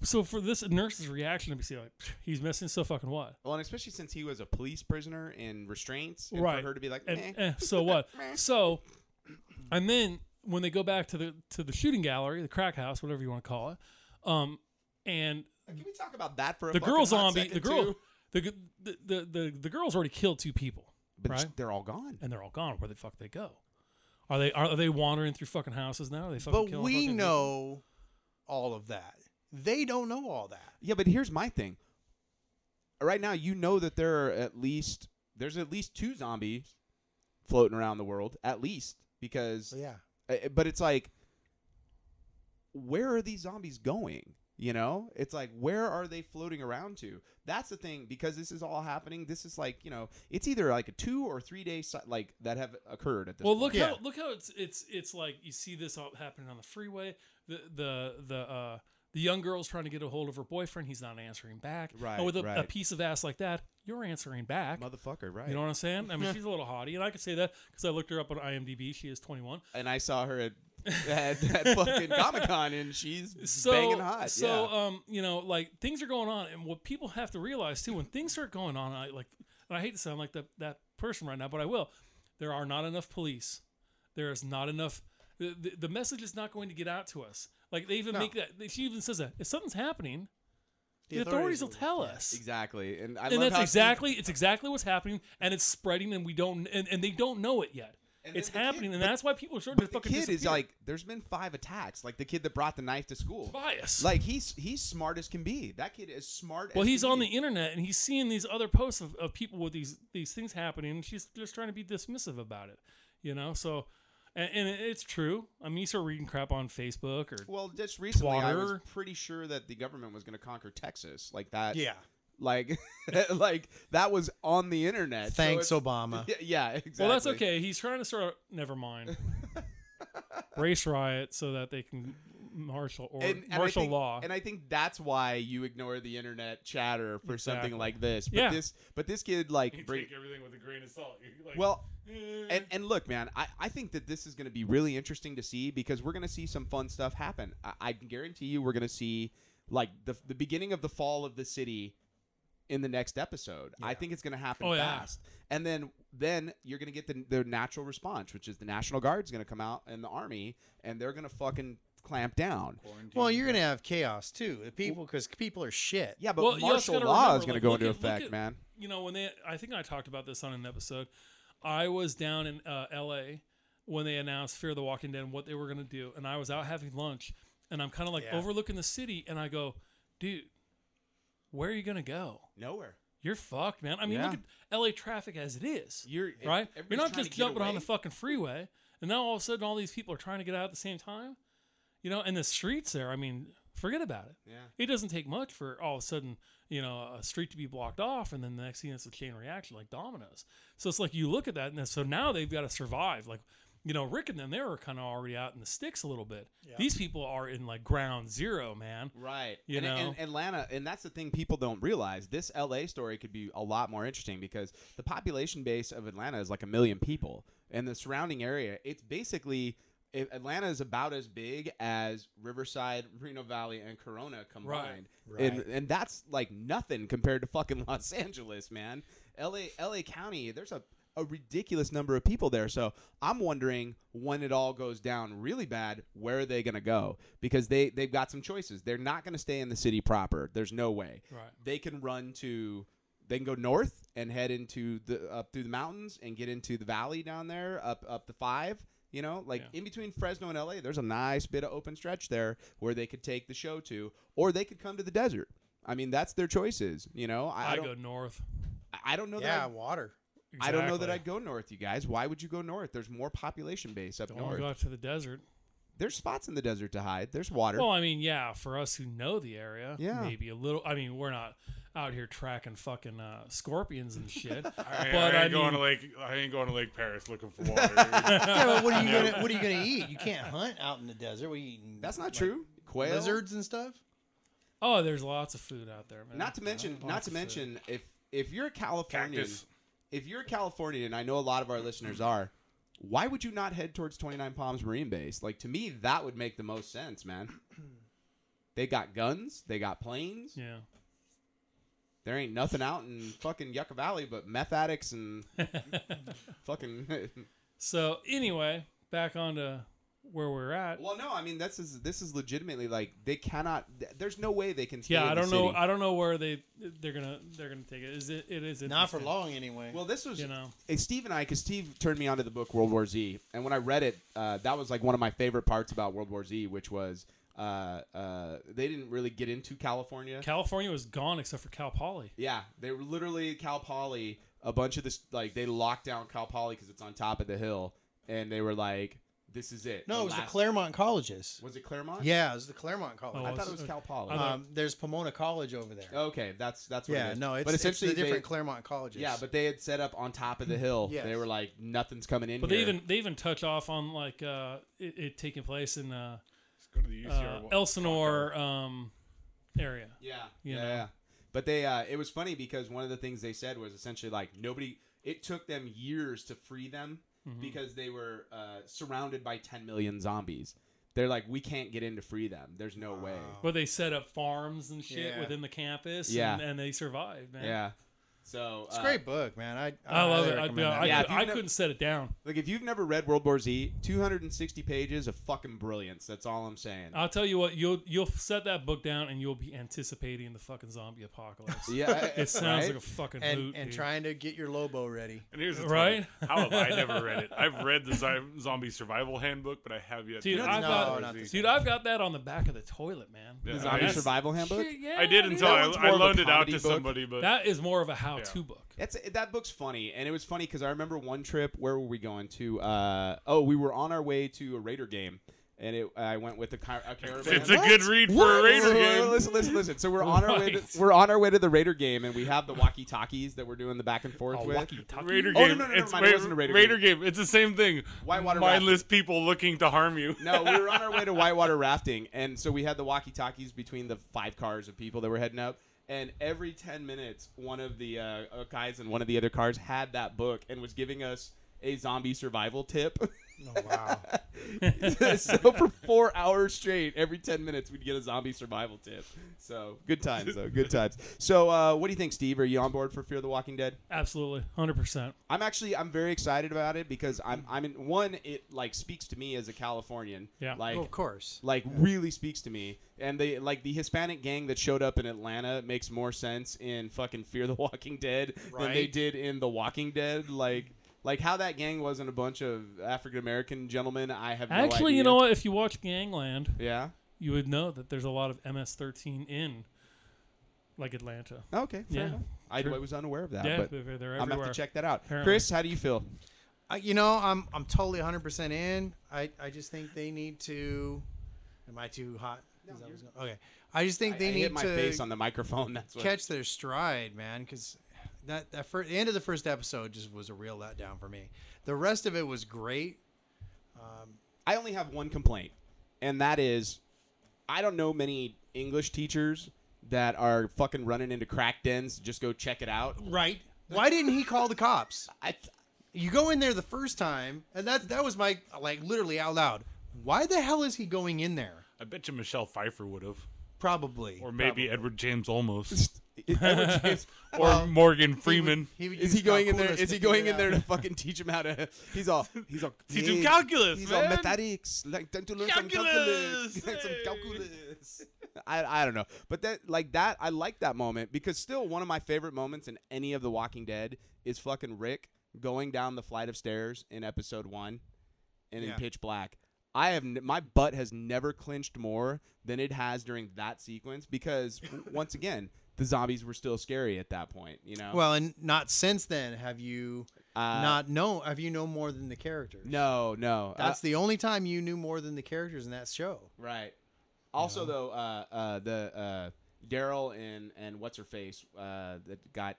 so for this nurse's reaction to be see like he's missing so fucking what, Well, and especially since he was a police prisoner in restraints, and right? for her to be like, And, "Meh." eh, so what? so, and then when they go back to the to the shooting gallery, the crack house, whatever you want to call it, um, and can we talk about that for a the fucking girl hot zombie, second, the girl, too? the, g- the the the the girl's already killed two people, But right? they're all gone. And they're all gone. Where the fuck they go? Are they are they wandering through fucking houses now? Are they fucking But killing we fucking know all of that. They don't know all that. Yeah, but here's my thing. Right now, you know that there are at least there's at least two zombies floating around the world, at least because. So yeah. Uh, But it's like, where are these zombies going? You know, it's like where are they floating around to? That's the thing because this is all happening. This is like you know, it's either like a two or three day si- like that have occurred at this. Well, point. look Yeah. how look how it's it's it's like you see this all happening on the freeway. The the the uh, the young girl's trying to get a hold of her boyfriend. He's not answering back. Right, And with a, a right. piece of ass like that, you're answering back. motherfucker, right? You know what I'm saying? I mean, she's a little haughty, and I could say that because I looked her up on IMDb. She is 21. and I saw her at at, at fucking Comic Con, and she's so banging hot. so yeah. um you know like things are going on and what people have to realize too when things start going on I like and I hate to sound like that that person right now but I will there are not enough police there is not enough the, the, the message is not going to get out to us like they even make that they- she even says that if something's happening the, authorities, will tell us exactly, and I and love that's how she- exactly it's exactly what's happening and it's spreading and we don't and, and they don't know it yet And it's then the kid- happening and but- that's why people are starting But to the fucking kid is disappear. like, there's been five attacks. Like the kid that brought the knife to school. bias Like he's he's smart as can be. That kid is smart. Well, as he's can on the be. internet and he's seeing these other posts of, of people with these these things happening. And she's just trying to be dismissive about it, you know. So, and, and it- it's true. I mean, you start reading crap on Facebook or Well, just recently, I was Twitter. pretty sure that the government was going to conquer Texas. Like that. Yeah. Like, like that was on the internet. So Thanks, it's- Obama. Yeah, yeah, exactly. well, that's okay. He's trying to start. Never mind. Race riot so that they can martial or And, and I martial think- law. and I think that's why you ignore the internet chatter for something Exactly. like this. But Yeah. this, but this kid You like bring, take everything with a grain of salt. You're like, Well, eh. and and look, man, I, I think that this is going to be really interesting to see because we're going to see some fun stuff happen. I, I can guarantee you, we're going to see like the the beginning of the fall of the city in the next episode. I think it's going to happen Oh, yeah. fast, and then then you're going to get the the natural response, which is the National Guard's going to come out and the army, and they're going to fucking clamp down. Well, you're gonna have chaos too. The people, because people are shit. Yeah, but Well, you also martial gotta law remember, is going like, to go look into at- look effect, at- man. you know when they i think i talked about this on an episode i was down in uh, la when they announced fear of the walking dead and what they were going to do and i was out having lunch and i'm kind of like Yeah. overlooking the city and i go dude where are you going to go Nowhere. you're fucked man i mean look at la traffic as it is You're- right everybody's you're not trying just to get jumping on away. the fucking freeway and now all of a sudden all these people are trying to get out at the same time you know and the streets there i mean forget about it Yeah. it doesn't take much for all of a sudden, you know, a street to be blocked off, and then the next thing it's a chain reaction like dominoes. So it's like you look at that, and then- so now they've got to survive. Like, you know, Rick and them, they were kind of already out in the sticks a little bit. These people are in like ground zero, man. Right. You and, know? and Atlanta, and that's the thing people don't realize. This LA story could be a lot more interesting because the population base of Atlanta is like a million people, and the surrounding area, it's basically if Atlanta is about as big as Riverside, Reno Valley, and Corona combined, Right. and Right. and that's like nothing compared to fucking Los Angeles, man. L.A. L.A. County, there's a a ridiculous number of people there. So I'm wondering when it all goes down really bad, where are they going to go? Because they they've got some choices. They're not going to stay in the city proper. There's no way. Right. They can run to they can go north and head into the up through the mountains and get into the valley down there up up the 5, you know? Like Yeah. in between Fresno and LA, there's a nice bit of open stretch there where they could take the show to or they could come to the desert. I mean, that's their choices, you know? I, I I don't, go north. I don't know that yeah, I- water. I don't know that I'd Exactly. go north, you guys. Why would you go north? There's more population base up Don't north. go out to the desert. There's spots in the desert to hide. There's water. Well, I mean, yeah, for us who know the area, Yeah. maybe a little. I mean, we're not out here tracking fucking uh, scorpions and shit. but I, I ain't I, going mean, to Lake. I ain't going to Lake Paris looking for water. Yeah, but what are you No. gonna what are you gonna eat? You can't hunt out in the desert. We eating That's not like, true. Quail. Lizards and stuff. oh, there's lots of food out there, man. Not to mention, not to mention, if if you're a Californian, Cactus. if you're a Californian, and I know a lot of our listeners are, why would you not head towards 29 Palms Marine Base? Like to me, that would make the most sense, man. They got guns. They got planes. yeah, There ain't nothing out in fucking Yucca Valley but meth addicts and fucking So anyway, back on to where we're at. Well, no, I mean this is this is legitimately like they cannot. th- There's no way they can. Stay yeah, in I the don't know. city. I don't know where they they're gonna they're gonna take it. Is it? It is Not for interesting, long anyway. well, this was You know. eh, Steve and I because Steve turned me onto the book World War Z, and when I read it, uh, that was like one of my favorite parts about World War Z, which was uh, uh, they didn't really get into California. California was gone except for Cal Poly. Yeah, they were literally Cal Poly. A bunch of this, like they locked down Cal Poly because it's on top of the hill, and they were like, "This is it." No, it was the last- Claremont colleges. Was it Claremont? Yeah, it was the Claremont Oh, College. I thought it's- it was okay. Cal Poly. I thought- um, there's Pomona College over there. okay, Oh, that's that's what it yeah, is. no, it's, but it's essentially the different they- Claremont colleges. Yeah, but they had set up on top of the hill. Yes. They were like, nothing's coming in. But here. they even they even touch off on like uh, it, it taking place in uh, Let's go to the uh, UCR. Elsinore um, area. yeah, you yeah, know. yeah. But they, uh, it was funny because one of the things they said was essentially like nobody. It took them years to free them Mm-hmm. because they were uh, surrounded by 10 million zombies. They're like, we can't get in to free them. There's no way. Where they set up farms and shit Yeah. within the campus. Yeah. and, and they survived, man. Yeah. So it's uh, a great book, man. I I love highly it. I, recommend that. I, Yeah, I, if you've I never- couldn't set it down. Like if you've never read World War Z, 260 pages of fucking brilliance. That's all I'm saying. I'll tell you what, you'll you'll set that book down and you'll be anticipating the fucking zombie apocalypse. yeah, It sounds right? like a fucking and hoot, and dude. trying to get your Lobo ready. And here's the Right? right? How have I never read it? I've read the zi- zombie survival handbook, but I have yet. Dude, to I read thought- World War No, not Z. Dude, I've got that on the back of the toilet, man. Yeah, The I- zombie that's- survival handbook. Shit, yeah, I did dude. until That I, one's I more of a loaned it out comedy to book. somebody, but That is more of a how-to Yeah. book. That's that book's funny, and it was funny because I remember one trip. Where were we going to? Uh, oh, we were on our way to a Raider game, and it, I went with a, car, a caravan. it's a good read for a Raider game. Listen, listen, listen. So we're on our way. To, Right. we're on our way to the Raider game, and we have the walkie talkies that we're doing the back and forth A with. walkie-talkie. Raider Oh, no, game. no, no, never it's mind. It wasn't a Raider game. It's the same thing. Whitewater Mindless people looking to harm you. No, we were on our way to whitewater rafting, and so we had the walkie talkies between the five cars of people that were heading up. And every ten minutes, one of the uh, uh, guys in one of the other cars had that book and was giving us a zombie survival tip. Oh, wow. so for four hours straight, every ten minutes we'd get a zombie survival tip. So good times, though. Good times. So uh, what do you think, Steve? Are you on board for Fear the Walking Dead? Absolutely, hundred percent. I'm actually I'm very excited about it because I'm I'm in one. It like speaks to me as a Californian. Yeah. Like Well, Oh, of course. like really speaks to me. And they like the Hispanic gang that showed up in Atlanta makes more sense in fucking Fear the Walking Dead than they Right. did in The Walking Dead. Like like how that gang wasn't a bunch of African American gentlemen. I have no Actually, idea. you know what? If you watch Gangland, Yeah. you would know that there's a lot of MS-13 in like Atlanta. Okay. Fair Yeah. enough. I, Sure. I was unaware of that, Yeah, Uh, but they're, they're everywhere. I'm gonna have to check that out. Apparently. Chris, how do you feel? I, you know, I'm I'm totally 100 percent in. I, I just think they need to. Am I too hot? Is that what's going- okay. I just think I- they I need hit my to face on the microphone. That's what. catch their stride, man. Because that that first the end of the first episode just was a real letdown for me. The rest of it was great. I only have one complaint, and that is I don't know many English teachers that are fucking running into crack dens. Just go check it out. Right? Why didn't he call the cops? I, You go in there the first time, and that that was my like literally out loud. Why the hell is he going in there? I bet you Michelle Pfeiffer would have, Probably. or maybe Edward James almost, Edward James- or Morgan Freeman. He would Is use he going in there? calculus Is to he figure going it in there out. to fucking teach him how to? He's all. He's all. Teach him "Hey, calculus, He's all man." mathematics. Like time to learn Calculus, some calculus. some hey. calculus. I, I don't know, but that like that I like that moment because still one of my favorite moments in any of The Walking Dead is fucking Rick going down the flight of stairs in episode one, and Yeah. in Pitch Black. I have n- my butt has never clinched more than it has during that sequence because w- once again the zombies were still scary at that point. You know. Well, and not since then have you Uh, not know. Have you know more than the characters? No, no. Uh, That's the only time you knew more than the characters in that show. Right. Also, though, uh, uh, the uh, Daryl and and what's her face uh, that got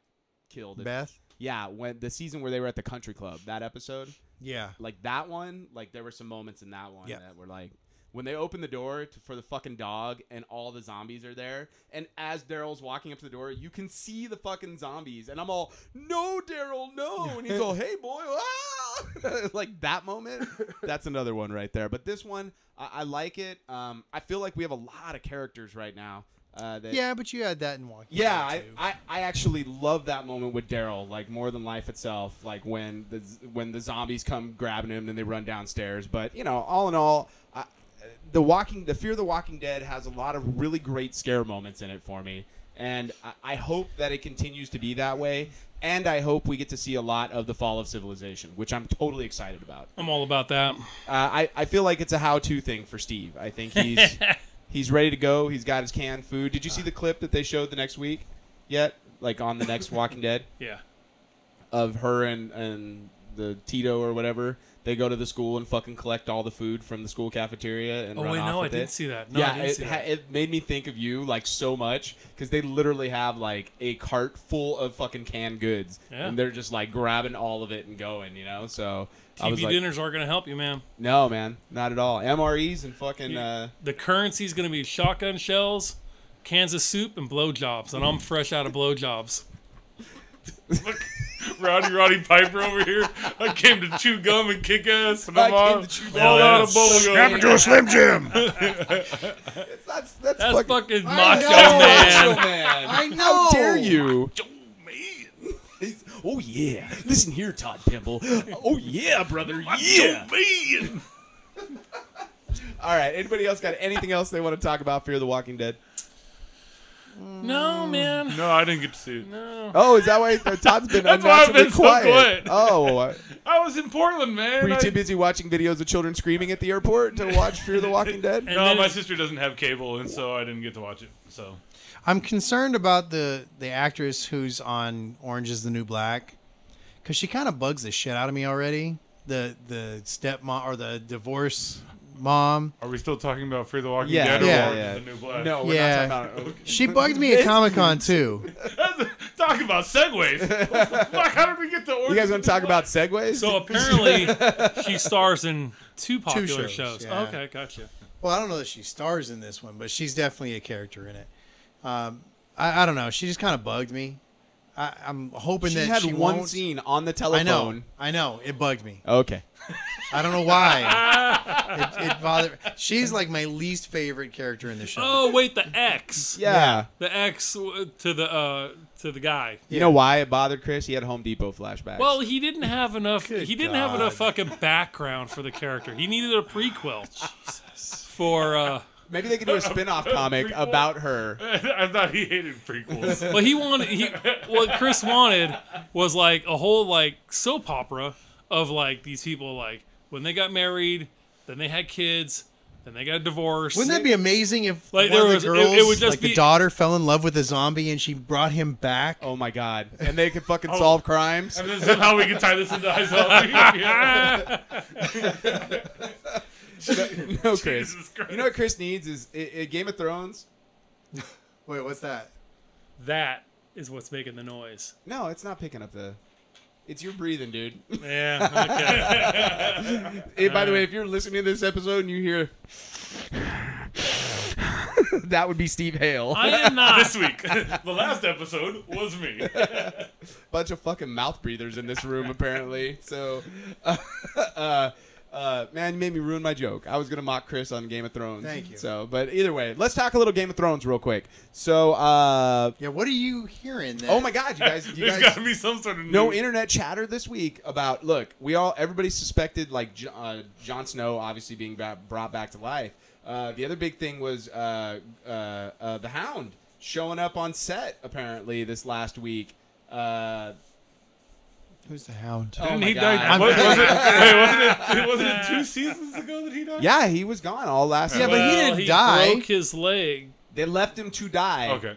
killed. Beth. Yeah, when the season where they were at the country club, that episode, Yeah. like that one, like there were some moments in that one Yeah. that were like when they opened the door to, for the fucking dog and all the zombies are there, and as Daryl's walking up to the door, you can see the fucking zombies, and I'm all, no, Daryl, no, and he's all, hey, boy, ah! like that moment. That's another one right there. But this one, I, I like it. Um, I feel like we have a lot of characters right now. Uh, that Yeah, but you had that in Walking. yeah, Dead, I, too. I, I actually love that moment with Daryl, like more than life itself, like when the z- when the zombies come grabbing him and they run downstairs. But you know, all in all, I, the Walking the Fear of the Walking Dead has a lot of really great scare moments in it for me, and I, I hope that it continues to be that way. And I hope we get to see a lot of the fall of civilization, which I'm totally excited about. I'm all about that. Uh, I, I feel like it's a how-to thing for Steve. I think he's he's ready to go. He's got his canned food. Did you see the clip that they showed the next week yet? Like on the next Walking Dead Yeah. of her and and the Tito or whatever. They go to the school and fucking collect all the food from the school cafeteria and Oh run wait, off no, I with didn't it. see that. No, yeah, I didn't it, see ha- that. it made me think of you like so much because they literally have like a cart full of fucking canned goods Yeah. and they're just like grabbing all of it and going, you know. So I was TV like, dinners aren't gonna help you, man. no, man, not at all. MREs and fucking. Uh, the currency's gonna be shotgun shells, cans of soup, and blowjobs, and I'm fresh out of blowjobs. Look, Rowdy Roddy Piper over here. I came to chew gum and kick ass, and I I'm came all, to chew all out of bubble Snap gum. into a Slim Jim. that's that's, That's fucking. fucking I macho know. man. Macho man. I know. How dare you? Man, Oh yeah. Listen here, Todd Pimple. Oh yeah, brother. yeah, man. All right. Anybody else got anything else they want to talk about? Fear the Walking Dead. No, man. No, I didn't get to see it. No. Oh, is that why uh, Todd's been That's why I've unnaturally been so quiet? quiet. Oh, uh, I was in Portland, man. were you I- too busy watching videos of children screaming at the airport to watch Fear the Walking Dead? And no, then- my sister doesn't have cable, and so I didn't get to watch it. So I'm concerned about the the actress who's on Orange Is the New Black, because she kind of bugs the shit out of me already. The the stepmom or the divorce mom. are we still talking about Free the Walking Yeah, Dead or yeah, Orange yeah. is the New Black? No, we're Yeah. not talking about. She bugged me at Comic Con too. Talk about segues. What the fuck? How did we get to Orange? You guys want is to the talk New about Black? segues? So apparently she stars in two popular shows, shows. yeah. Okay, gotcha. Well, I don't know that she stars in this one, but she's definitely a character in it. Um, I, I don't know. She just kind of bugged me. I, I'm hoping she that had she one won't. scene on the telephone. I know. I know. It bugged me. Okay. I don't know why. it, it bothered. She's like my least favorite character in the show. Oh wait, the ex. yeah. The ex w- to the uh to the guy. You know why it bothered Chris? He had Home Depot flashbacks. Well, he didn't have enough. Good he didn't have God. enough fucking background for the character. He needed a prequel. For uh, maybe they could do a spin-off comic Prequel? about her. I thought he hated prequels. well, he wanted. He what Chris wanted was like a whole like soap opera of like these people like when they got married, then they had kids, then they got divorced. Wouldn't that be amazing if Like, one there of was- the it- girls, it would just like the be- daughter, fell in love with a zombie and she brought him back? Oh my god. And they could fucking Oh. solve crimes. and then somehow we can tie this into iZombie. No, Chris. Jesus Christ. You know what Chris needs is i i Game of Thrones? Wait, what's that? that is what's making the noise. No, it's not picking up the it's your breathing, dude. Yeah. Okay. Hey, by the way, if you're listening to this episode and you hear that would be Steve Hale. I am not. this week, the last episode was me. bunch of fucking mouth breathers in this room apparently. So, uh, uh, Uh, man, you made me ruin my joke. I was gonna mock Chris on Game of Thrones. Thank you. So, but either way, let's talk a little Game of Thrones real quick. So, uh, Yeah, what are you hearing? That oh my God, you guys, you There's guys, got to be some sort of no news. internet chatter this week about look we all everybody suspected like J- uh, Jon Snow obviously being ba- brought back to life. Uh, the other big thing was uh, uh, uh, the Hound showing up on set apparently this last week. Uh, Who's the hound? oh Didn't my he God. die? What, was it, wait, wasn't it? Wasn't it two seasons ago that he died? Yeah, he was gone all last. Yeah, year. but he Well, didn't die. Broke his leg. they left him to die. Okay.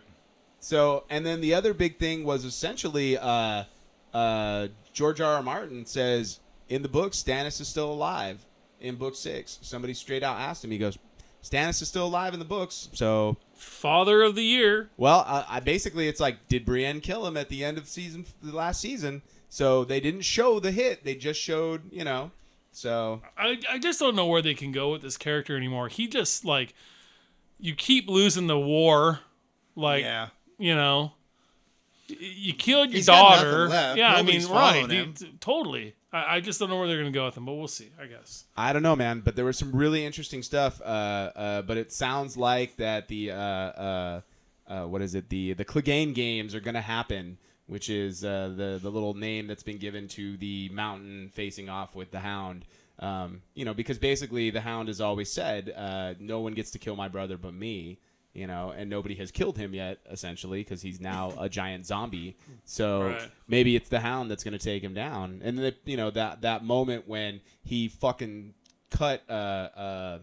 So, and then the other big thing was essentially uh, uh, George R. R. Martin says in the book Stannis is still alive in book six. Somebody straight out asked him. He goes, "Stannis is still alive in the books." So, Father of the year. well, I, I basically it's like, did Brienne kill him at the end of season the last season? So they didn't show the hit. They just showed, you know. So I, I just don't know where they can go with this character anymore. He just like you keep losing the war, like Yeah. you know, y- you killed your He's got nothing daughter. left. Yeah, Nobody's I mean, right, following him. dude, t- totally. I, I just don't know where they're gonna go with him, but we'll see. I guess. I don't know, man, but there was some really interesting stuff. Uh, uh, but it sounds like that the uh, uh, uh, what is it? The the Clegane games are going to happen, which is uh, the the little name that's been given to the mountain facing off with the Hound. Um, you know, because basically the Hound has always said, uh, "No one gets to kill my brother but me." You know, and nobody has killed him yet, essentially, because he's now a giant zombie. So Right. maybe it's the hound that's going to take him down. And the, you know that that moment when he fucking cut uh uh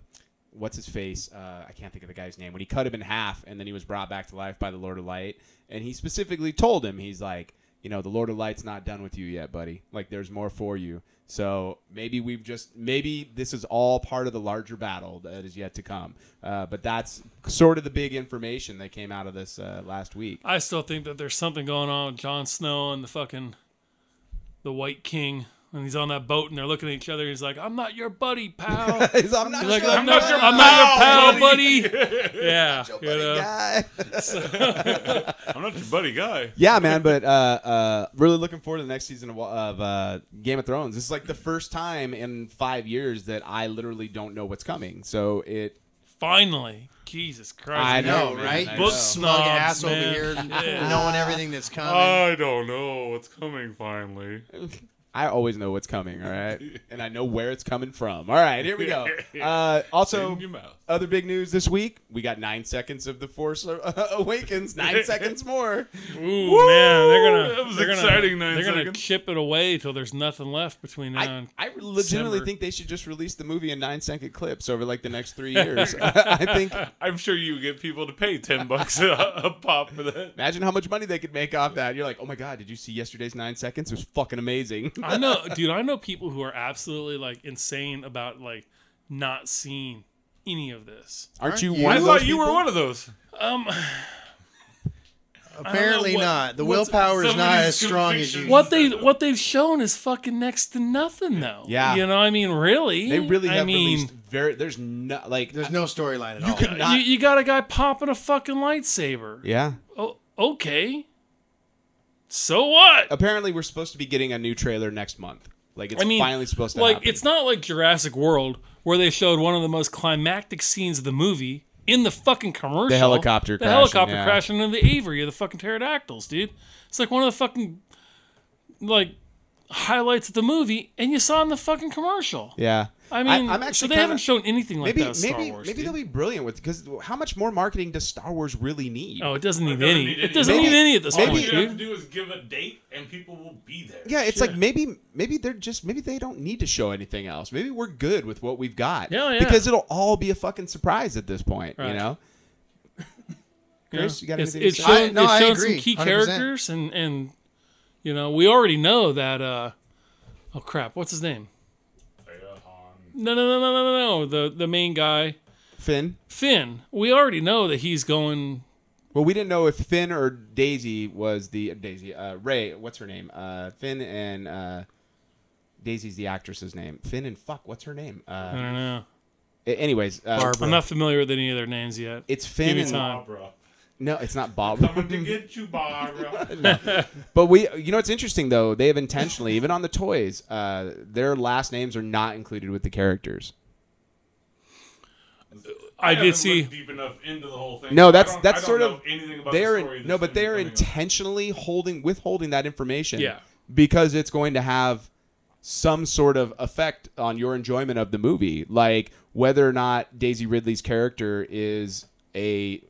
what's his face uh I can't think of the guy's name when he cut him in half and then he was brought back to life by the Lord of Light and he specifically told him he's like you know the Lord of Light's not done with you yet, buddy. Like there's more for you. So maybe we've just maybe this is all part of the larger battle that is yet to come. Uh, but that's sort of the big information that came out of this uh, last week. I still think that there's something going on with Jon Snow and the fucking the White King, and he's on that boat and they're looking at each other. He's like, "I'm not your buddy, pal." He's, I'm not He's like, sure I'm not your, I'm not your pal, buddy. Yeah, you know. I'm not your buddy guy. yeah, man. But uh, uh, really looking forward to the next season of, of uh, Game of Thrones. This is like the first time in five years that I literally don't know what's coming. So it, Finally, Jesus Christ! I man. know, know, man, right? I Book know. Smug snobs, ass man. over here, Yeah. Uh, knowing everything that's coming. I don't know what's coming finally. I always know what's coming. All right, and I know where it's coming from. All right, here we go. Uh, also, In your mouth. other big news this week: we got nine seconds of the Force uh, Awakens. Nine seconds more. Ooh, man, they're gonna. That was they're exciting Gonna, nine they're gonna seconds. chip it away till there's nothing left between now I, and. I legitimately Uh, December. think they should just release the movie in nine second clips over like the next three years. I think I'm sure you get people to pay ten bucks a, a pop for that. Imagine how much money they could make off that. You're like, oh my god, did you see yesterday's nine seconds? It was fucking amazing. I know, dude. I know people who are absolutely like insane about like not seeing any of this. Aren't you you? one I of thought those you were people? one of those. Um, Apparently what- not. The what's- willpower is not somebody's as strong as you. conviction. what they what they've shown is fucking next to nothing, though. Yeah. you know, I mean, really, They really I have mean, released very. There's no like. There's no storyline at all. could not- you, you got a guy popping a fucking lightsaber. yeah. Oh, okay. So what? Apparently, we're supposed to be getting a new trailer next month. Like it's I mean, finally supposed to like happen. it's not like Jurassic World where they showed one of the most climactic scenes of the movie in the fucking commercial. The helicopter the crashing, helicopter yeah. crashing into the Avery of the fucking pterodactyls, dude. It's like one of the fucking like highlights of the movie, and you saw it in the fucking commercial. Yeah. I mean, I'm actually so they kinda- haven't shown anything like Maybe that. With Star maybe Wars, maybe dude. they'll be brilliant with because how much more marketing does Star Wars really need? Oh, it doesn't need doesn't any. need It any. doesn't Maybe- need any at this maybe- All point, you have to dude. do is give a date, and people will be there. Yeah, it's like maybe maybe they're just maybe they don't need to show anything else. Maybe we're good with what we've got. Yeah, yeah. Because it'll all be a fucking surprise at this point, you Right. know. Chris, you got it's, anything it's to shown, say? I- no, it's I shown agree, some key 100%. characters, and and you know we already know that. uh Oh crap! What's his name? uh, No, no, no, no, no, no, no. The the main guy, Finn. Finn. We already know that he's going. Well, we didn't know if Finn or Daisy was the Daisy. Uh, Ray, what's her name? Uh, Finn and uh, Daisy's the actress's name. Finn and fuck, what's her name? I Uh, don't know. a- anyways, uh, I'm not familiar with any of their names yet. it's Give Finn me and time. Barbara. No, it's not Bob. Coming to get you, Barbara. But we, you know, it's interesting though. They have intentionally, even on the toys, uh, their last names are not included with the characters. I, did haven't see. looked deep enough into the whole thing. No, I that's don't- I that's don't sort know of anything about they're the story that's no, but gonna be they're coming up. intentionally holding withholding that information. Yeah. because it's going to have some sort of effect on your enjoyment of the movie, like whether or not Daisy Ridley's character is a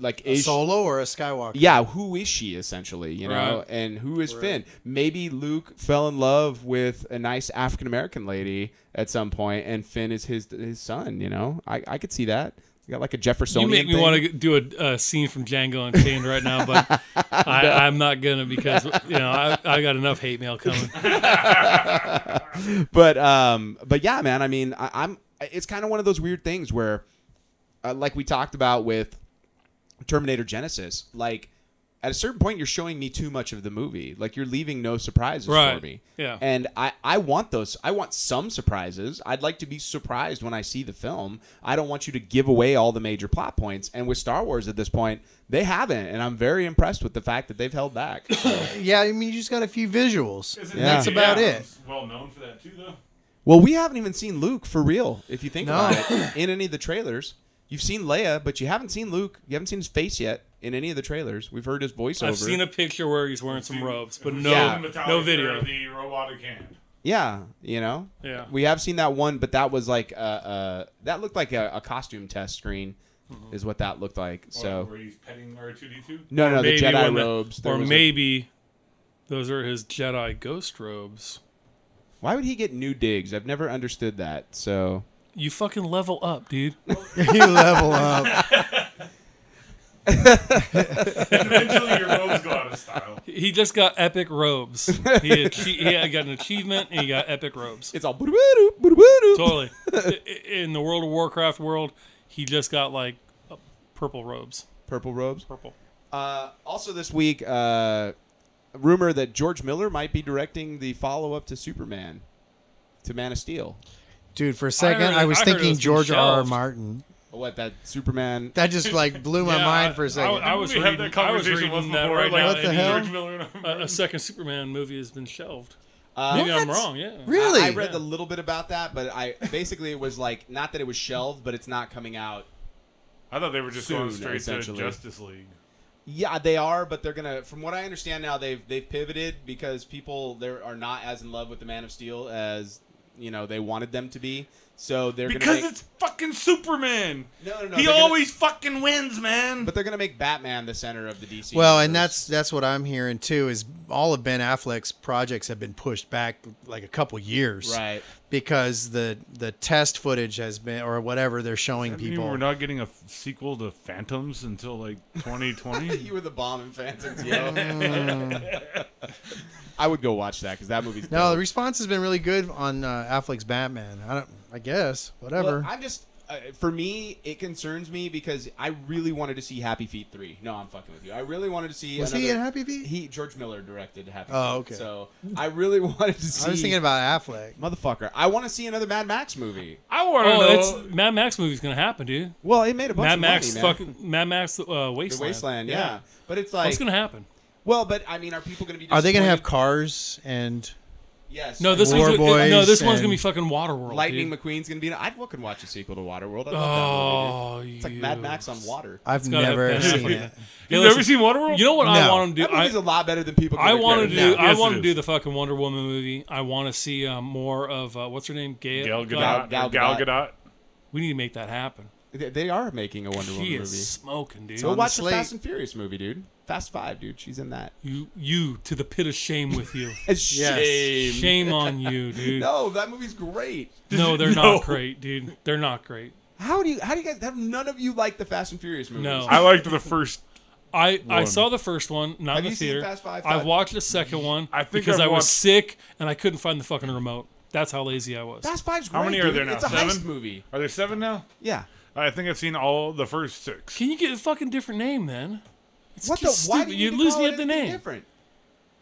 like A is she- solo or a Skywalker? yeah, who is she essentially, you know, Right. and who is Finn? Maybe Luke fell in love with a nice African American lady at some point, and Finn is his his son. You know, I, I could see that. You got like a Jeffersonian. You make me thing. want to do a, a scene from Django Unchained right now, but I, I'm not gonna because you know I, I got enough hate mail coming. but um, but yeah, man. I mean, I, I'm. It's kind of one of those weird things where, uh, like we talked about with Terminator Genesis, like at a certain point you're showing me too much of the movie. Like you're leaving no surprises for Right. me. Yeah. And I I want those. I want some surprises. I'd like to be surprised when I see the film. I don't want you to give away all the major plot points. And with Star Wars at this point, they haven't, and I'm very impressed with the fact that they've held back. Yeah, I mean, you just got a few visuals. Isn't Yeah. That's J.J. about Abrams Well known for that too, though. Well, we haven't even seen Luke for real, if you think No. about it, in any of the trailers. You've seen Leia, but you haven't seen Luke. You haven't seen his face yet in any of the trailers. We've heard his voiceover. I've seen a picture where he's wearing some robes, but no, Yeah. no video. The robotic hand. Yeah, you know. Yeah. We have seen that one, but that was like a, uh that looked like a, a costume test screen, Mm-hmm. is what that looked like. Or So where he's petting R2D2. no, no, the Jedi when the- robes. there or was a- maybe those are his Jedi ghost robes. why would he get new digs? I've never understood that. So You fucking level up, dude. you level up. Eventually, your robes go out of style. He just got epic robes. He, achie- he had got an achievement and he got epic robes. it's all boo-doo-boo-doo, boo-doo-boo-doo. Totally. I- i- In the World of Warcraft world, he just got like uh, purple robes. purple robes. Purple. Uh, also this week, uh, rumor that George Miller might be directing the follow-up to Superman, to Man of Steel. Dude, for a second, I, heard it- was I heard it thinking was being George R. R. shelved. Martin. What that Superman? That just like blew my Yeah, mind for a second. I was we reading- had that conversation I was reading once that before. right like, now. What the George hell? Miller and A, a second Superman movie has been shelved. Uh, Maybe I'm What? wrong. Yeah. really? I, I read a little bit about that, but I basically it was like not that it was shelved, but it's not coming out. I thought they were just Soon, going straight to essentially. Justice League. Yeah, they are, but they're gonna. From what I understand now, they've they've pivoted because people there are not as in love with the Man of Steel as you know they wanted them to be. So they're Because gonna make, it's fucking Superman. No, no, no, He they're gonna- always fucking wins, man. but they're gonna make Batman the center of the DC. Well, and universe. that's that's what I'm hearing too. Is all of Ben Affleck's projects have been pushed back like a couple years, right. Because the the test footage has been or whatever they're showing people. we're not getting a f- sequel to Phantoms until like 2020. You were the bomb in Phantoms, yo. I would go watch that because that movie's no, dope. the response has been really good on uh, Affleck's Batman. I don't. I guess whatever. Well, I'm just uh, for me, it concerns me because I really wanted to see Happy Feet three. No, I'm fucking with you. I really wanted to see. Was another, he in Happy Feet? He George Miller directed Happy. Oh, Feet, okay. So I really wanted to see. I was thinking about Affleck. motherfucker. I want to see another Mad Max movie. I want to Oh, know. it's Mad Max movie's gonna happen, dude. Well, it made a bunch Mad of Max money, man. fucking Mad Max uh, Wasteland. the Wasteland, yeah. But it's like, What's gonna happen? well, but I mean, are people going to be? Are they going to have disappointed? cars and? Yes. No, this War one's gonna, no, Boys this one's and- gonna be fucking Waterworld. Lightning dude. McQueen's going to be. In it. I'd fucking watch a sequel to Waterworld. I love Oh, that movie. dude. It's like you. Mad Max on water. I've gotta have never Ben seen Affleck. it. Hey, You've listen, never seen Waterworld? You know what I No. want him to do? that movie's I, a lot better than people. I give it want to credit do. for. No. I Yes, want it to do is. the fucking Wonder Woman movie. I want to see um, more of uh, what's her name, Gail. Gal Gadot. Gadot. Gal Gal Gadot. Gadot. We need to make that happen. They, they are making a Wonder She Woman is movie. smoking, dude. Go on the watch the, slate. Fast and Furious movie, dude. Fast Five, dude. She's in that. You, you to the pit of shame with you. It's Yes. shame. shame on you, dude. No, No, that movie's great. they're No. not great, dude. They're not great. How do you? How do you guys? Have none of you like the Fast and Furious movies? No. I liked the first. I, I One. saw the first one, not Have in you the seen theater. Fast Five, I've Todd? watched the second one I think because I've I was watched- sick and I couldn't find the fucking remote. That's how lazy I was. Fast Five's great. How many are dude. there now? It's a Seven? heist movie. Are there seven now? Yeah. I think I've seen all the first six. Can you get a fucking different name, then? It's What the? just Why do stupid. you you need to lose call me it at the anything name. Different.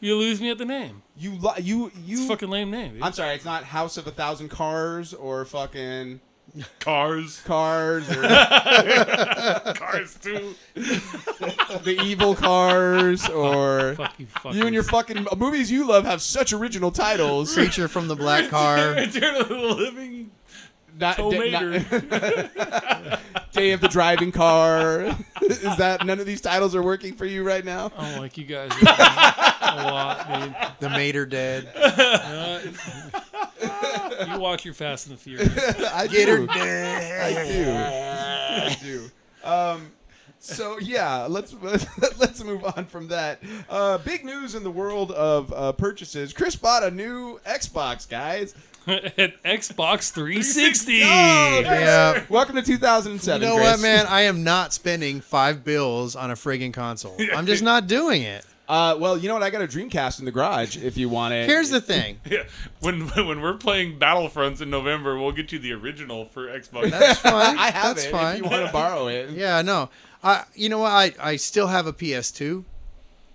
You lose me at the name. You li- you you. It's a fucking lame name. Dude. I'm sorry. It's not House of a Thousand Cars or fucking Cars. cars or Cars too. the evil cars or Fuck you, fuck you and your fucking movies you love have such original titles. Creature from the black car. Return of the Living Not- di- not- Tomater. Day of the Driving Car. Is that none of these titles are working for you right now? I don't Oh, like you guys a lot, dude. The Mater dead. You watch your Fast and the Furious. I do. I do. I do. Um, so yeah, let's let's move on from that. Uh, big news in the world of uh, purchases. Chris bought a new Xbox, guys. At Xbox 360. Yeah. Welcome to 2007. You know Chris. what, man? I am not spending five bills on a friggin' console. I'm just not doing it. Uh, well, you know what? I got a Dreamcast in the garage. If you want it, Here's the thing. Yeah. When when we're playing Battlefronts in November, we'll get you the original for Xbox. That's fine. I have That's it. fine. If you want to borrow it, Yeah, no. I you know what? I I still have a PS2.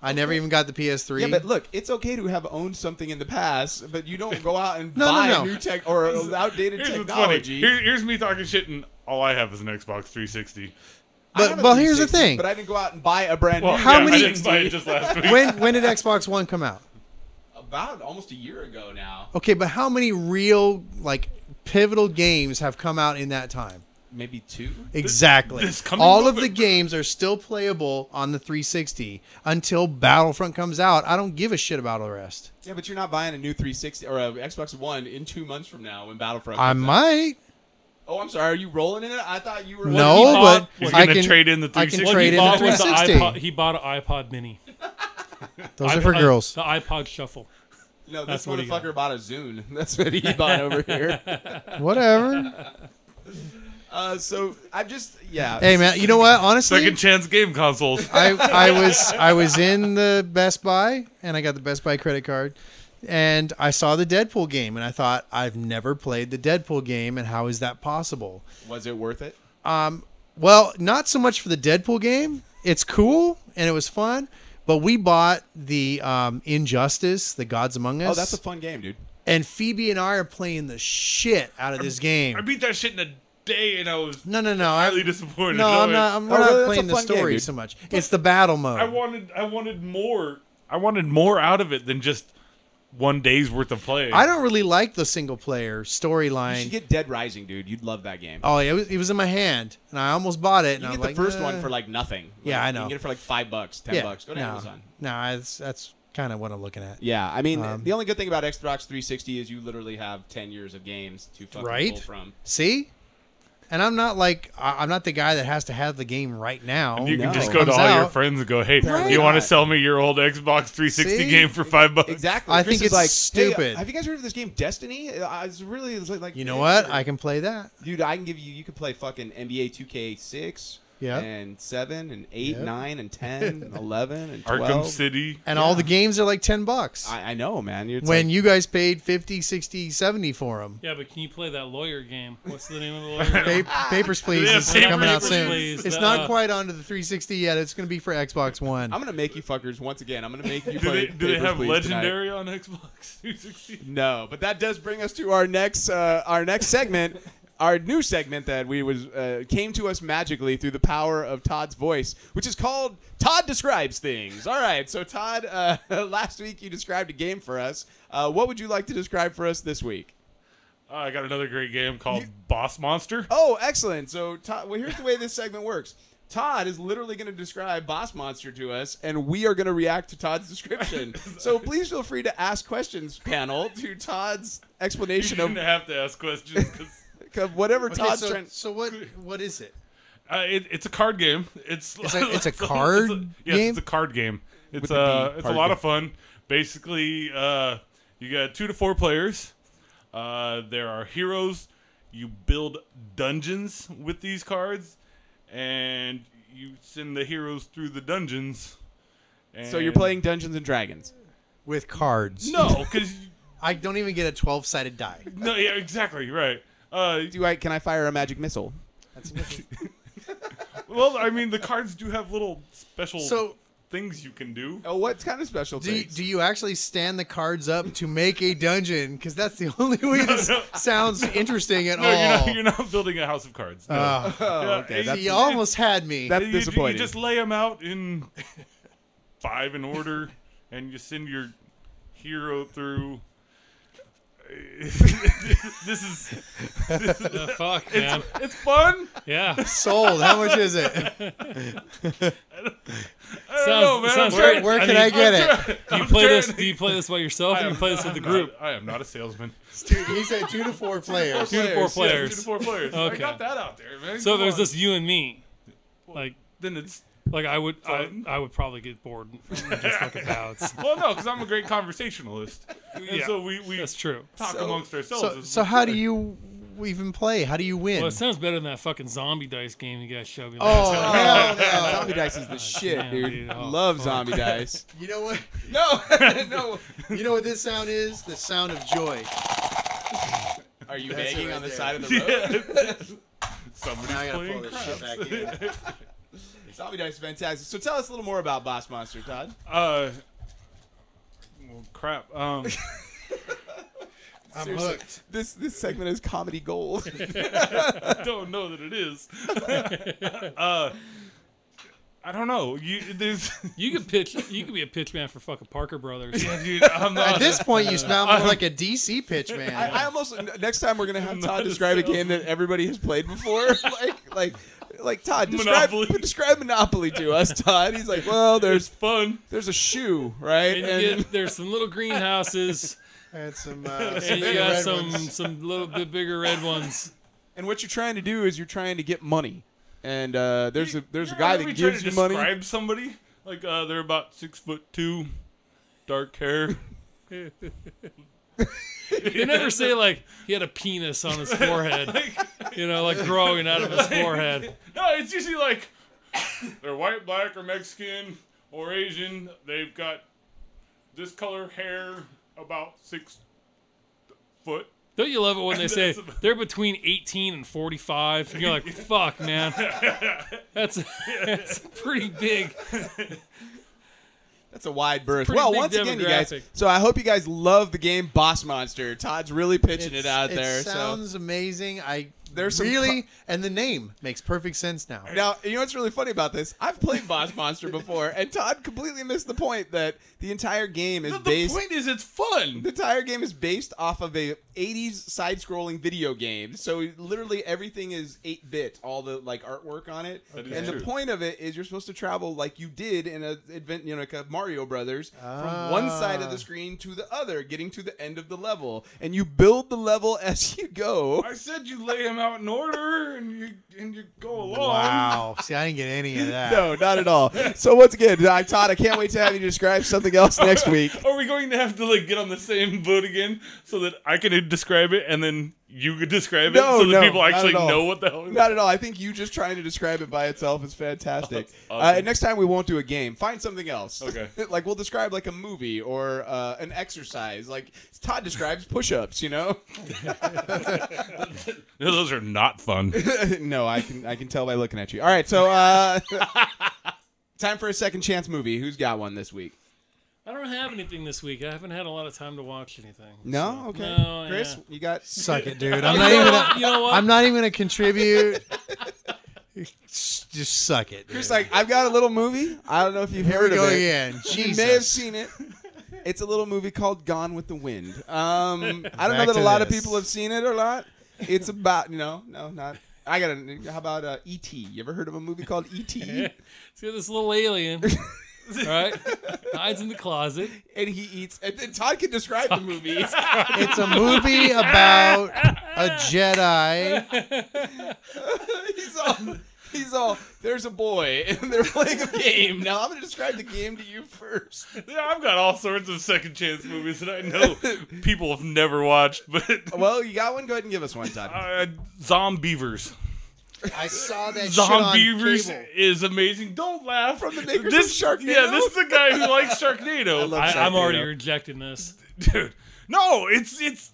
I never even got the PS3. Yeah, but look, it's okay to have owned something in the past, but you don't go out and No, no, buy no. new tech or outdated Here's what's funny. technology. Here, here's me talking shit, and all I have is an Xbox 360. I But- have a well, here's the 360, thing. But I didn't go out and buy a brand Well, new. How yeah, many- I didn't buy it just last week. when when did Xbox One come out? About almost a year ago now. Okay, but how many real like pivotal games have come out in that time? Maybe two. Exactly. this coming All of the November. games are still playable on the 360 until Battlefront comes out. I don't give a shit about all the rest. Yeah, but you're not buying a new 360 or a Xbox One in two months from now when Battlefront. I comes out. might. Oh, I'm sorry. Are you rolling in it? I thought you were. no, he bought- but He's I gonna can trade in the I can 360. What he trade in the bought was the 360. iPod. He bought an iPod Mini. Those are iPod- for girls. The iPod Shuffle. No, this That's what he got. motherfucker bought a Zune. That's what he bought over here. Whatever. Uh, so I'm just yeah. Hey man, you know what? Honestly, Second chance game consoles. I, I was I was in the Best Buy and I got the Best Buy credit card and I saw the Deadpool game and I thought I've never played the Deadpool game and how is that possible? Was it worth it? Well, not so much for the Deadpool game. It's cool and it was fun, but we bought the um, Injustice, the Gods Among Us. Oh, that's a fun game, dude. and Phoebe and I are playing the shit out of this game. I beat that shit in a day, and I was no, no, no. highly I, disappointed. no, I'm I- not. I'm, Oh, we're not really? That's a playing the fun game, story dude. so much. It's the battle mode. I wanted I wanted more. I wanted more out of it than just one day's worth of play. I don't really like the single player You should storyline. get Dead Rising, dude. You'd love that game. Oh, yeah, it was, it was in my hand, and I almost bought it. And You I can was get the like, "Eh." first "Nah." one for like nothing. Yeah, Like, I You know. can get it for like five bucks, ten bucks. Go to no, Amazon. No, it's, that's kind of what I'm looking at. Yeah, I mean, Um, the only good thing about Xbox 360 is you literally have ten years of games to fucking Right? pull from. See, and I'm not like I, I'm not the guy that has to have the game right now. You can Oh, No. just go to Comes all your out. friends and go, "Hey, Right. you want to not. sell me your old Xbox 360 See? game for five bucks?" Exactly. I Chris think is it's like, "Hey, stupid." have you guys heard of this game Destiny? Uh, I was really it's like, like- You know what? I can play that. dude, I can give you. You can play fucking NBA 2K6. Yeah. And seven and eight, Yeah. nine and ten, and eleven and Arkham twelve. City. And all the games are like 10 bucks. I, I know, man. It's when like- you guys paid 50, 60, 70 for them. Yeah, but can you play that lawyer game? What's the name of the lawyer game? Pa- Papers, Please Yeah, is Papers, coming out soon. Please, It's the, not uh, quite onto the 360 yet. It's going to be for Xbox One. I'm gonna make you fuckers once again. I'm gonna make you Do play. they, do they Papers, have Please tonight. legendary on Xbox 360? No, but that does bring us to our next uh, our next segment, our new segment that we was uh, came to us magically through the power of Todd's voice, which is called Todd describes things. All right, so Todd, uh, last week you described a game for us. Uh, what would you like to describe for us this week? Uh, I got another great game called Boss Monster. Oh, excellent. So Todd, well, here's the way this segment works. Todd is literally going to describe Boss Monster to us, and we are going to react to Todd's description. so please feel free to ask questions, panel, to Todd's You explanation of shouldn't have to ask questions 'cause, Of whatever Okay, Todd's so, trying. so what? What is it? uh, it, it's a card game. It's It's a- it's a card it's yes, game? it's a card game. It's a B, uh, it's a card lot game. of fun. Basically, uh, you got two to four players. Uh, there are heroes. You build dungeons with these cards, and you send the heroes through the dungeons. So you're and- playing Dungeons and Dragons. With cards. No, because I don't even get a 12 sided die. no, yeah, exactly right. Uh, Do I? Can I fire a magic missile? well, I mean, the cards do have little special So things you can do. Oh, what kind of special Do you, things? do you actually stand the cards up to make a dungeon? Because that's the only way this sounds interesting at No, all. you're not. You're not building a house of cards. No. oh, Yeah, okay. you- That's, you almost had me. that's You- you, disappointing. You just lay them out in five in order, and you send your hero through. this is The fuck, man. it's fun. yeah. Sounds, Sold. How much is it? I don't know, man. sounds I'm trying- great. Where I can mean, I get it? Do you I'm play trying this? to- Do you play this by yourself? Or I do am you play this with not- the group? I am not a salesman. He said two to four players. Two to four Two to players. four players. I Okay. got that out there, man. So Come there's on. just you and me. Like, Then it's like I would, I, Fun. I would probably get bored and just like a bounce. well, no, because I'm a great conversationalist, and Yeah. so we we That's true. talk amongst ourselves. So, as so we- how do you even play? How do you win? Well, it sounds better than that fucking zombie dice game you guys showed me. oh, last time. hell no. zombie dice is the shit, damn, dude. dude. Oh, Love zombie dice. You know what? No, no. You know what this sound is? The sound of joy. Are you That's it begging right on the there. side of the road? Yeah. Somebody's Now I gotta pull playing this shit back in. Zombie dice, is fantastic. So tell us a little more about Boss Monster, Todd. Uh, well, crap. Um, I'm Seriously. hooked. This this segment is comedy gold. I don't know that it is. uh, I don't know. You there's. You could pitch. You could be a pitch man for fucking Parker Brothers. Yeah, dude, I'm At not. this point, you sound more like a DC pitch man. I, I almost n- next time we're gonna have not Todd a describe a game that everybody has played before, like like like Todd describe Monopoly. describe Monopoly to us, Todd. He's like, well, It's there's fun. there's a shoe, right? And you get, there's some little greenhouses, had some, uh, some and you big got red some ones. some little bit bigger red ones. And what you're trying to do is you're trying to get money. And uh, there's a there's a You're guy really that trying gives to you money. Describe somebody like uh, they're about six foot two, dark hair. They never say like he had a penis on his forehead. You know, like growing out of his forehead. No, it's usually like they're white, black, or Mexican or Asian. They've got this color hair, about six foot. Don't you love it when they say they're between 18 and 45? And you're like, fuck, man. That's, that's pretty big. That's a wide berth. pretty Well, big once again, you guys. demographic. So I hope you guys love the game Boss Monster. Todd's really pitching it out it there. sounds amazing. I There's some really and the name makes perfect sense now. so now you know what's really funny about this? I've played Boss Monster before, and Todd completely missed the point that the entire game is The based. point is, it's fun. the entire game is based off of a 80s side-scrolling video game so literally everything is 8-bit all the like artwork on it That is and true. the point of it is you're supposed to travel like you did in a advent you know like a mario brothers from one side of Ah. the screen to the other getting to the end of the level and you build the level as you go I said you lay them out in order and you and you go along. Wow. See, I didn't get any of that. no not at all so once again I- todd i can't wait to have you describe something else next week Are we going to have to like get on the same boat again so that I can describe it and then you could describe it No, so that no, people not at actually all. know what the hell? Not at all. I think you just trying to describe it by itself is fantastic. awesome. uh, next time we won't do a game. Find something else. Okay. like we'll describe like a movie or uh, an exercise. Like Todd describes push-ups. You know. Those are not fun. no, I can I can tell by looking at you. All right, so uh, time for a second chance movie. Who's got one this week? I don't have anything this week. I haven't had a lot of time to watch anything. No. so- Okay. No, Chris, yeah. you got. Suck it, dude. I'm not You even. know Gonna, what- you know what? I'm not even gonna contribute. Just suck it. Dude. Chris, like I've got a little movie. I don't know if you've Here we heard go of it. again. You Jesus. may have seen it. It's a little movie called Gone with the Wind. Um, I don't know Back that a to lot of this. people have seen it or not. It's about no, no, not. I got to How about uh, E.T.? You ever heard of a movie called E E.T.? See this little alien, right? Hides in the closet. and he eats. And, and Todd can describe the movie. It's a movie about a Jedi. he's all. He's all. There's a boy, and they're playing a game. Now I'm going to describe the game to you first. Yeah, I've got all sorts of second chance movies that I know people have never watched, but Well, you got one. Go ahead and give us one, Todd. uh, Zombievers. I saw that Zombievers is amazing. Don't laugh From the makers of this Sharknado? Yeah, this is the guy who likes Sharknado. love I- I, I'm already Sharknado. rejecting this. dude. No, it's it's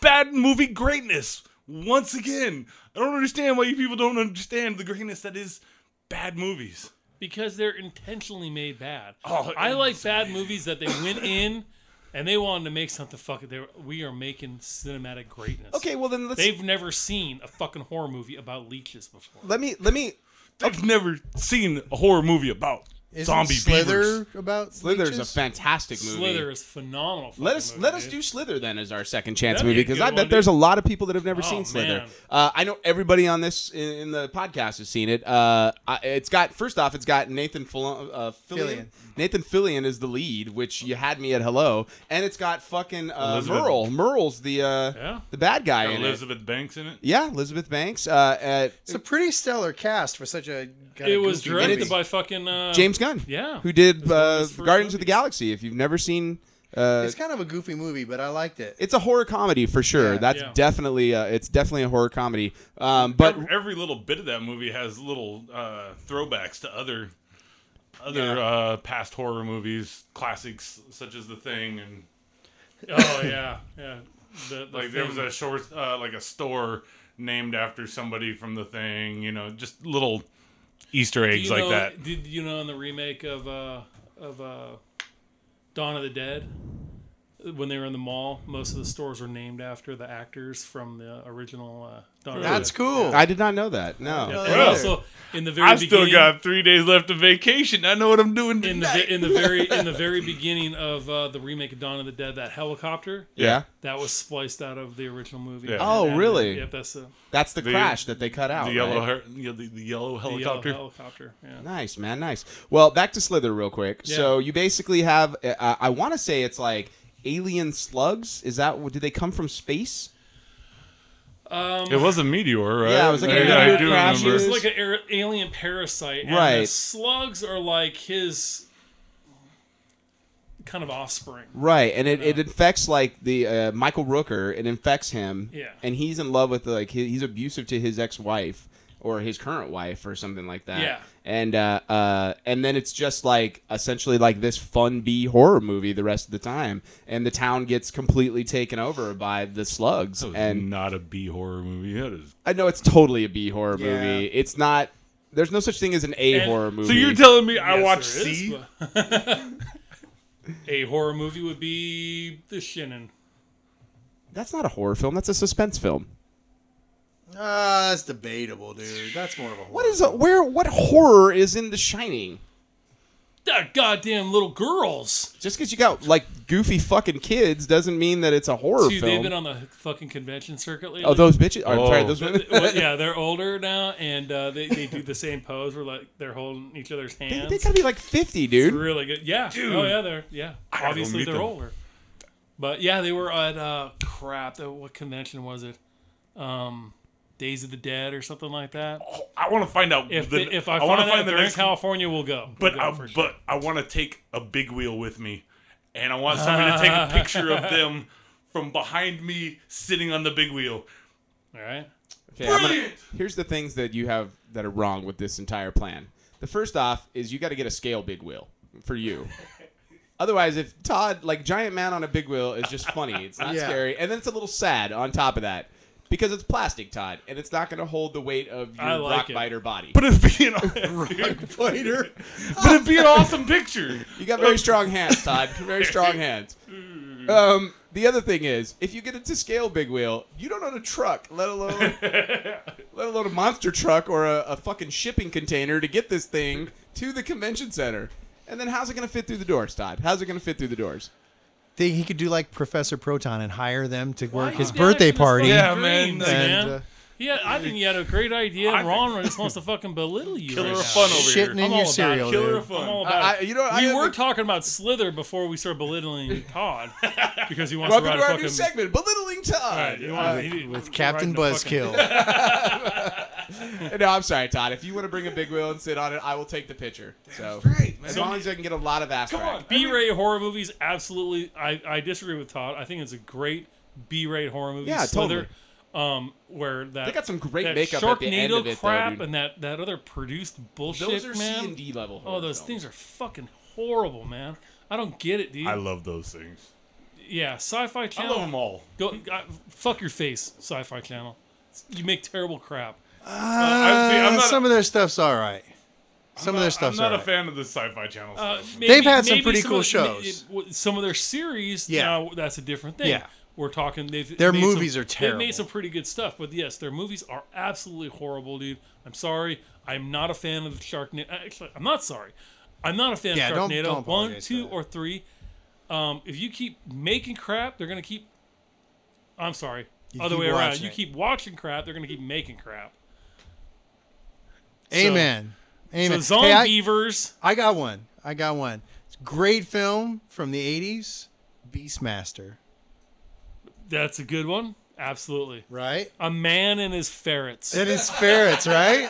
bad movie greatness once again. I don't understand why you people don't understand the greatness that is bad movies. because they're intentionally made bad. Oh, I like bad movies that they went in and they wanted to make something fucking. They were, we are making cinematic greatness. Okay, well then let's They've never seen a fucking horror movie about leeches before. let me let me. I've never seen a horror movie about Isn't zombie Slither beavers. about Slither's a leeches? fantastic movie. Slither is phenomenal. Let fucking us movie, let us dude. do Slither then as our second chance That'd movie be a because good I one, bet dude. there's a lot of people that have never Oh, seen Slither. man. Uh, I know everybody on this in, in the podcast has seen it. Uh, I, it's got first off, it's got Nathan Fil- uh, Fillion. Fillion. Nathan Fillion is the lead, which you had me at hello, and it's got fucking uh, Elizabeth- Merle. Merle's the uh, Yeah. the bad guy in it. Elizabeth Banks in it. Yeah, Elizabeth Banks. Uh, at It's a pretty stellar cast for such a. kinda It was goofy directed movie. by fucking uh, James Gunn. yeah. who did It's one of uh, his first Guardians of the movies. Galaxy? If you've never seen, uh, It's kind of a goofy movie, but I liked it. it's a horror comedy for sure. Yeah. That's Yeah. definitely uh, it's definitely a horror comedy. Um, but every, every little bit of that movie has little uh, throwbacks to other other uh, past horror movies, classics such as The Thing, and Oh yeah, yeah. The, the like there was thing. a short uh, like a store named after somebody from The Thing. You know, just little Easter Do eggs you like know- that. Did you know in the remake of uh, of uh, Dawn of the Dead, when they were in the mall, most of the stores were named after the actors from the original uh, Dawn. That's of the cool. Oh. I did not know that. No. Dead. cool. And Well, also in the very I've still beginning, got three days left of vacation. I know what I'm doing in the tonight. ve- in the very in the very beginning of uh, the remake of Dawn of the Dead, that helicopter Yeah. that was spliced out of the original movie. Yeah. Oh, And- really? Yep, that's the, That's the, The- crash that they cut out. the yellow, right? her- you know, the, the yellow the yellow helicopter. helicopter. Yeah. Nice, man. Nice. Well, back to Slither real quick. Yeah. So you basically have uh, I want to say it's like alien slugs. Is that do they come from space? it was a meteor, right? Yeah, it was like a I- meteor I do crashes. remember. It's like an air, alien parasite. And Right. The slugs are like his kind of offspring. Right, and it, Uh, it infects like the uh, Michael Rooker. It infects him. Yeah. and he's in love with like he- he's abusive to his ex wife or his current wife or something like that. Yeah. and uh, uh, and then it's just like essentially like this fun B horror movie the rest of the time, and the town gets completely taken over by the slugs. That was And not a B horror movie. That is I know it's totally a B horror Yeah. movie. It's not. There's no such thing as an A horror movie. So you're telling me I Yes, watched there is, C? but- a horror movie would be The Shinnin. that's not a horror film. That's a suspense film. Ah, that's debatable, dude. That's more of a. What is a, where? What horror is in The Shining? That goddamn little girls. Just because you got like goofy fucking kids doesn't mean that it's a horror Dude, they've film. been on the fucking convention circuit lately. oh, those bitches! Or, Oh. Sorry, those Th- women. th- well, yeah, they're older now, and uh, they, they do the same pose where like they're holding each other's they, hands. they gotta be like fifty, dude. Really good. Yeah. Oh yeah, they're yeah. gotta go Obviously meet they're them. older. But yeah, they were at uh crap, the, what convention was it? Um Days of the Dead or something like that. I want to find out If Oh, the, the, if I, find, want to out find the they're in next. California, we'll go. We'll but go I, for but sure. I want to take a big wheel with me, and I want somebody to take a picture of them from behind me sitting on the big wheel. all right. Okay, I'm gonna, Brilliant! here's the things that you have that are wrong with this entire plan. The first off is you got to get a scale big wheel for you. Otherwise, if Todd like giant man on a big wheel is just funny, it's not Yeah. scary, and then it's a little sad on top of that because it's plastic, Todd, and it's not gonna hold the weight of I your like rock it. biter body. But it'd be an fighter. but it'd be an awesome picture. You got Oh. very strong hands, Todd. Very strong hands. Um, the other thing is, if you get it to scale big wheel, you don't own a truck, let alone let alone a monster truck or a, a fucking shipping container to get this thing to the convention center. And then how's it gonna fit through the doors, Todd? How's it gonna fit through the doors? Think he could do like Professor Proton and hire them to Why work you his down there birthday for this party. fucking Yeah, dreams, man. man? And, uh, yeah, I think you had a great idea, and Ron just wants to fucking belittle you. Killer right now. fun over Shitting here. in I'm all your about cereal, Killer dude. fun. I'm all about I, it. I- you know, I Uh, we had were the- talking about Slither before we started belittling Todd because he wants welcome to to ride our a new fucking. segment, belittling Todd. All right, he wants- he- Uh, With riding Captain the fucking- Buzzkill. No, I'm sorry, Todd. If you want to bring a big wheel and sit on it, I will take the picture. So as long as I can get a lot of ass Come crack. on. B-rate horror movies, absolutely. I, I disagree with Todd. I think it's a great B-rate horror movie. Yeah, Slither, Um, where that They got some great that makeup Sharknado at the end of it, though, crap dude. and that that other produced bullshit, Those are man. C and D level. oh, those things are fucking horrible, man. I don't get it, dude. I love those things. yeah, Sci-Fi I Channel. love them all. Go I, fuck your face, Sci-Fi Channel. You make terrible crap. I, see, I'm Uh, not, some of their stuff's all right. Some I'm of their not- stuff's I'm not all a right. fan of the sci-fi channel Uh, stuff. maybe- had some maybe pretty some cool of, shows. ma- it- Some of their series, Yeah. now that's a different thing. Yeah. We're talking. They've Their made some- movies are They've terrible. made some pretty good stuff, but yes, their movies are absolutely horrible, dude. I'm sorry. I'm not a fan of Sharknado. Uh, Actually, I'm not sorry. I'm not a fan Yeah, of don't- Sharknado. don't One, apologize for two, that. or three. Um, if you keep making crap, they're gonna keep. I'm sorry. Other keep way around. watching You it. keep watching crap, they're gonna keep making crap. Amen. Amen. So Hey, I- Zombievers. I got one. I got one. It's a great film from the 80s, Beastmaster, that's a good one. Absolutely. right? A man and his ferrets. And his ferrets, right?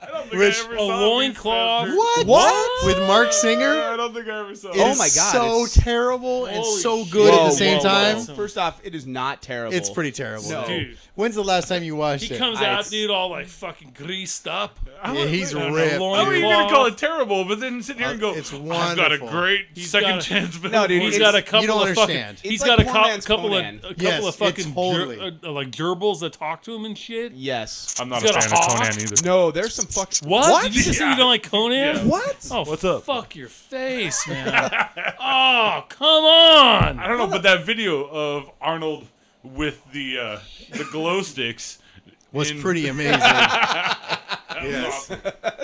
I don't think Which- I ever a saw loincloth. Beastmaster. What? What? With Mark Singer? I don't think I ever saw. It Oh is my God, So it's- terrible and Holy so shit. good at Whoa, the same whoa, time. whoa. First off, it is not terrible. It's pretty terrible. No. though. Dude. When's the last time you watched He it? comes I- out, it's- dude, all like fucking greased up. yeah, he's on a ripped. long- How dude. are you Loincloth. gonna call it terrible, but then sit here Uh, and go, it's I've got a wonderful. great He's second got a- chance. but No, dude, he's He's it's- got a couple you don't of understand. fucking. He's It's like got a poor cou- man's couple of Conan. a couple Yes, of fucking it's totally. ger- uh, like gerbils that talk to him and shit. Yes. I'm not He's a got a fan of hawk. Conan either. No, there's some fucking. What? Did you just say Yeah. you don't like Conan? Yeah. What? Oh, What's up? Fuck your face, man. oh, come on. I don't know, but that video of Arnold with the uh, the glow sticks was in- pretty amazing. yes.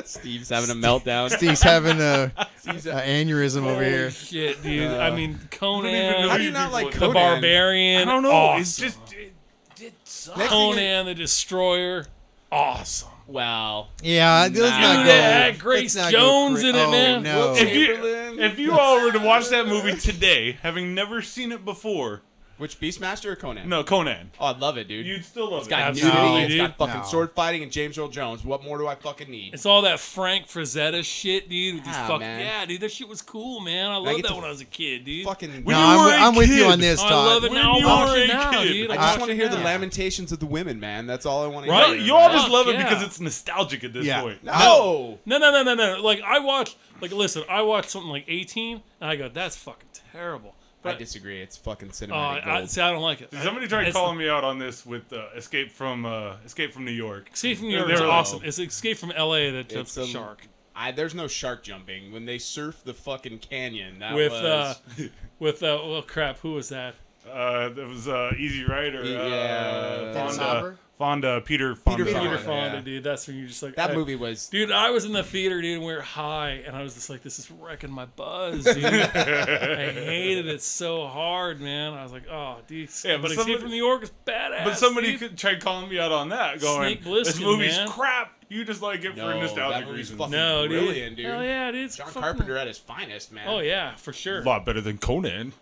Steve's having a meltdown. He's having a, Steve's a a- aneurysm over here. Shit, dude. I mean, even Conan, know How do you not like The the Conan? Barbarian. I don't know. Awesome. It's just it, it sucks. Next thing Conan the Destroyer. Awesome. Wow. Yeah, let's not Dude, go. it had let's Grace not go Jones cra- in it, oh, man. No. If you Chamberlain. if you all were to watch that movie today, having never seen it before, Which Beastmaster or Conan? no Conan, Oh, I love it, dude. you'd still love it's it. got Absolutely, nudity. It's dude. got fucking No. sword fighting and James Earl Jones. What more do I fucking need? It's all that Frank Frazetta shit, dude. With these Ah, fuck- man. yeah, dude, that shit was cool, man. I loved get that to when I was a kid, dude. Oh, Fucking. When No, you were I'm, a I'm with you kid. on this, I Todd. love it When now. I you watch were it a now, kid. dude. I I watch just want it to hear the now. lamentations of the women, man. That's all I want to No, hear. Right? you all Fuck just love it yeah. because it's nostalgic at this Yeah. point. No. No, no, no, no, no. Like I watched, like listen, I watched something like 18, and I go, that's fucking terrible. I But disagree. It's fucking uh, cinematic. I, gold. see, I don't like it. Somebody tried It's- calling me out on this with uh, Escape from uh, Escape from New York. Escape from New York They're is low. awesome. It's Escape from L.A. that It's jumps a- the shark I, there's no shark jumping when they surf the fucking canyon. That with was uh, with uh, oh crap, who was that? Uh, that was uh, Easy Rider. Yeah. Uh, Dennis Fonda, Hopper? Fonda, Peter Fonda. Fonda. Peter Yeah. Fonda, dude. That's when you're just like that I- movie was. uh, Dude, I was in the theater, dude, and we were high, and I was just like, "This is wrecking my buzz, dude." I hated it so hard, man. I was like, "Oh, dude, Yeah, but but somebody- Escape from New York is badass." But somebody dude. could try calling me out on that, going, Snake "This Plissken, movie's man. crap. You just like it No, for nostalgic that movie's reasons." fucking no, dude. brilliant, dude. Hell yeah, dude. It's John fucking- Carpenter at his finest, man. Oh yeah, for sure, lot better than Conan.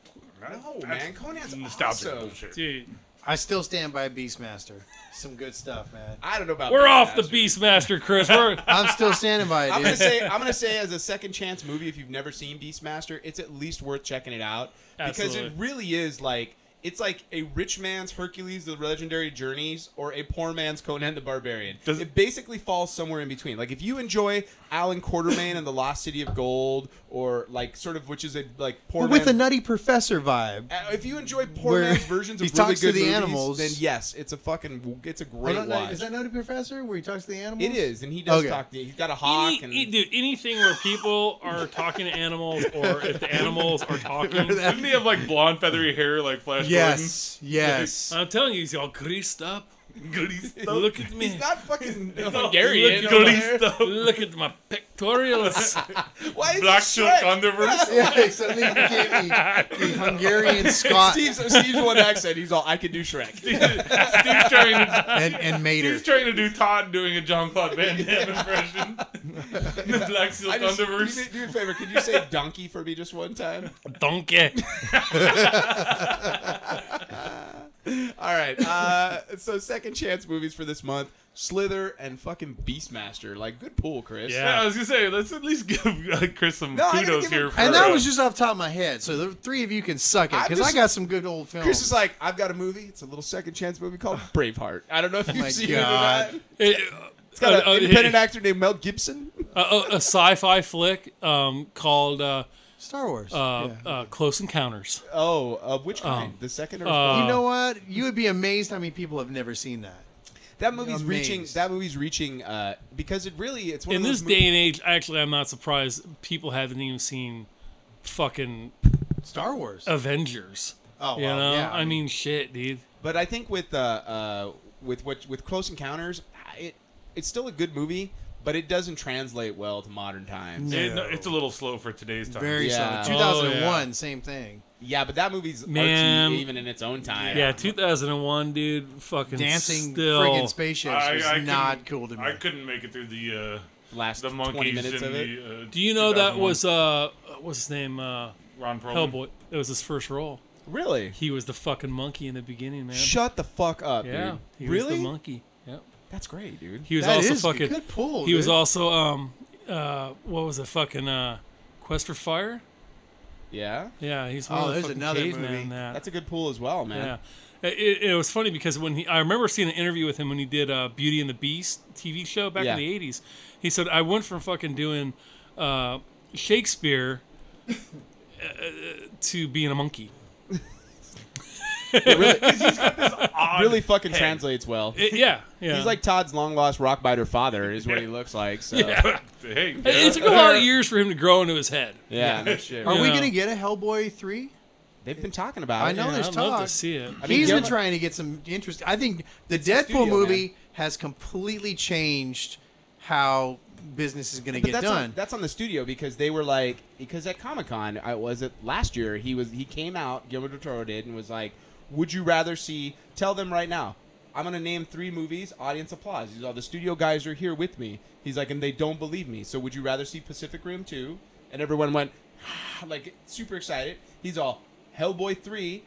No, man. Conan's Nostalgic awesome. bullshit. dude. I still stand by Beastmaster. Some good stuff, man. I don't know about. We're off the Beastmaster. Beastmaster, Chris. We're I'm still standing by it, I'm gonna dude. say I'm gonna say as a second chance movie if you've never seen Beastmaster, it's at least worth checking it out because it Absolutely. really is like it's like a rich man's Hercules: The Legendary Journeys or a poor man's Conan the Barbarian. Does- it basically falls somewhere in between. Like if you enjoy Alan Quartermain and the Lost City of Gold, or like sort of which is a like poor With a man's- nutty professor vibe. Uh, if you enjoy poor Where man's versions he of really talks to good the movies, animals. then yes, it's a fucking it's a I great don't know, watch. is that nutty professor where he talks to the animals? it is, and he does Okay. talk. To, he's got a hawk any, and e- dude, anything where people are talking to animals, or if the animals are talking. Didn't he have like blonde feathery hair like Flash Yes. Yes. I'm telling you, he's all greased up. Gordon? Goody stuff. Look at me. He's not fucking eh? Look, Hungarian. at Goody my- stuff. look at my pectorials. Why is Black he silk Shrek? underwear. yeah, he suddenly became the, the Hungarian Scot Steve's, Steve's one accent. He's all, I can do Shrek. Steve's trying to and, and Mater. Steve's trying to do Todd doing a John Claude Van Damme impression. the black silk I just, do, underwear. me, do me a favor. Could you say donkey for me just one time? Donkey. All right. Uh, so second chance movies for this month: Slither and fucking Beastmaster. Like good pool, Chris. Yeah, I was gonna say let's at least give uh, Chris some No, I gotta kudos give him here. For, And that uh, was just off the top of my head. So the three of you can suck it I'm because I just- got some good old films. Chris is like, I've got a movie. It's a little second chance movie called Braveheart. I don't know if you've Oh my seen it or God. not. It- It's got uh, uh, an independent actor named Mel Gibson. a, a- a sci-fi flick um, called uh, Star Wars. uh, yeah. uh, Close Encounters. Oh, of which kind? the second or uh, you know what? You would be amazed how many people have never seen that. that movie's Amazed. reaching. That movie's reaching uh, because it really it's one In of this those day and age, actually, I'm not surprised people haven't even seen fucking Star Wars. Avengers. Oh, Uh, you well, know, yeah, I I mean, shit, dude. But I think with uh, uh, with what with Close Encounters, it it's still a good movie, but it doesn't translate well to modern times. No. It- no, it's a little slow for today's time. Very Yeah. so. Oh, 2001, same thing. Yeah, but that movie's Man. artsy even in its own time. Yeah, 2001, dude. Fucking Dancing still. friggin' spaceships I- is I couldn't- not cool to me. I couldn't make it through the uh, last the twenty monkeys minutes and of it. the. Uh, Do you know that 2001 was uh, what's his name? Uh, Ron Perlman? Hellboy. That was his first role. Really? He was the fucking monkey in the beginning, man. Shut the fuck up, yeah, dude. he was really? the monkey. Yep. That's great, dude. He was That also is fucking. good pull. he was dude. also um, uh, what was it? Fucking uh, Quest for Fire. yeah, Yeah, he's Oh, one of the there's fucking another caveman movie. in that. that's a good pool as well, man. Yeah. It, it was funny because when he, I remember seeing an interview with him when he did uh, Beauty and the Beast TV show back Yeah. in the 80s. He said, I went from fucking doing uh, Shakespeare uh, to being a monkey. It really, odd really fucking head. translates well. It- yeah. Yeah. He's like Todd's long lost rock biter father, is what he looks like. So yeah, hey, yeah. It, it took a lot of years for him to grow into his head. no shit. Oh. Are we Yeah. gonna get a Hellboy three? They've been talking about I it. know Yeah, there's I'd love talk. to see it. I mean, He's Guillermo- been trying to get some interest. I think the Deadpool studio, movie has completely changed how business is going to But get that's done. On, that's on the studio because they were like because at Comic Con I was it last year he was he came out Guillermo del Toro did and was like, would you rather see? Tell them right now. I'm gonna name three movies. Audience applause. He's all the studio guys are here with me. He's like, and they don't believe me. So would you rather see Pacific Rim two? And everyone went like super excited. He's all Hellboy three.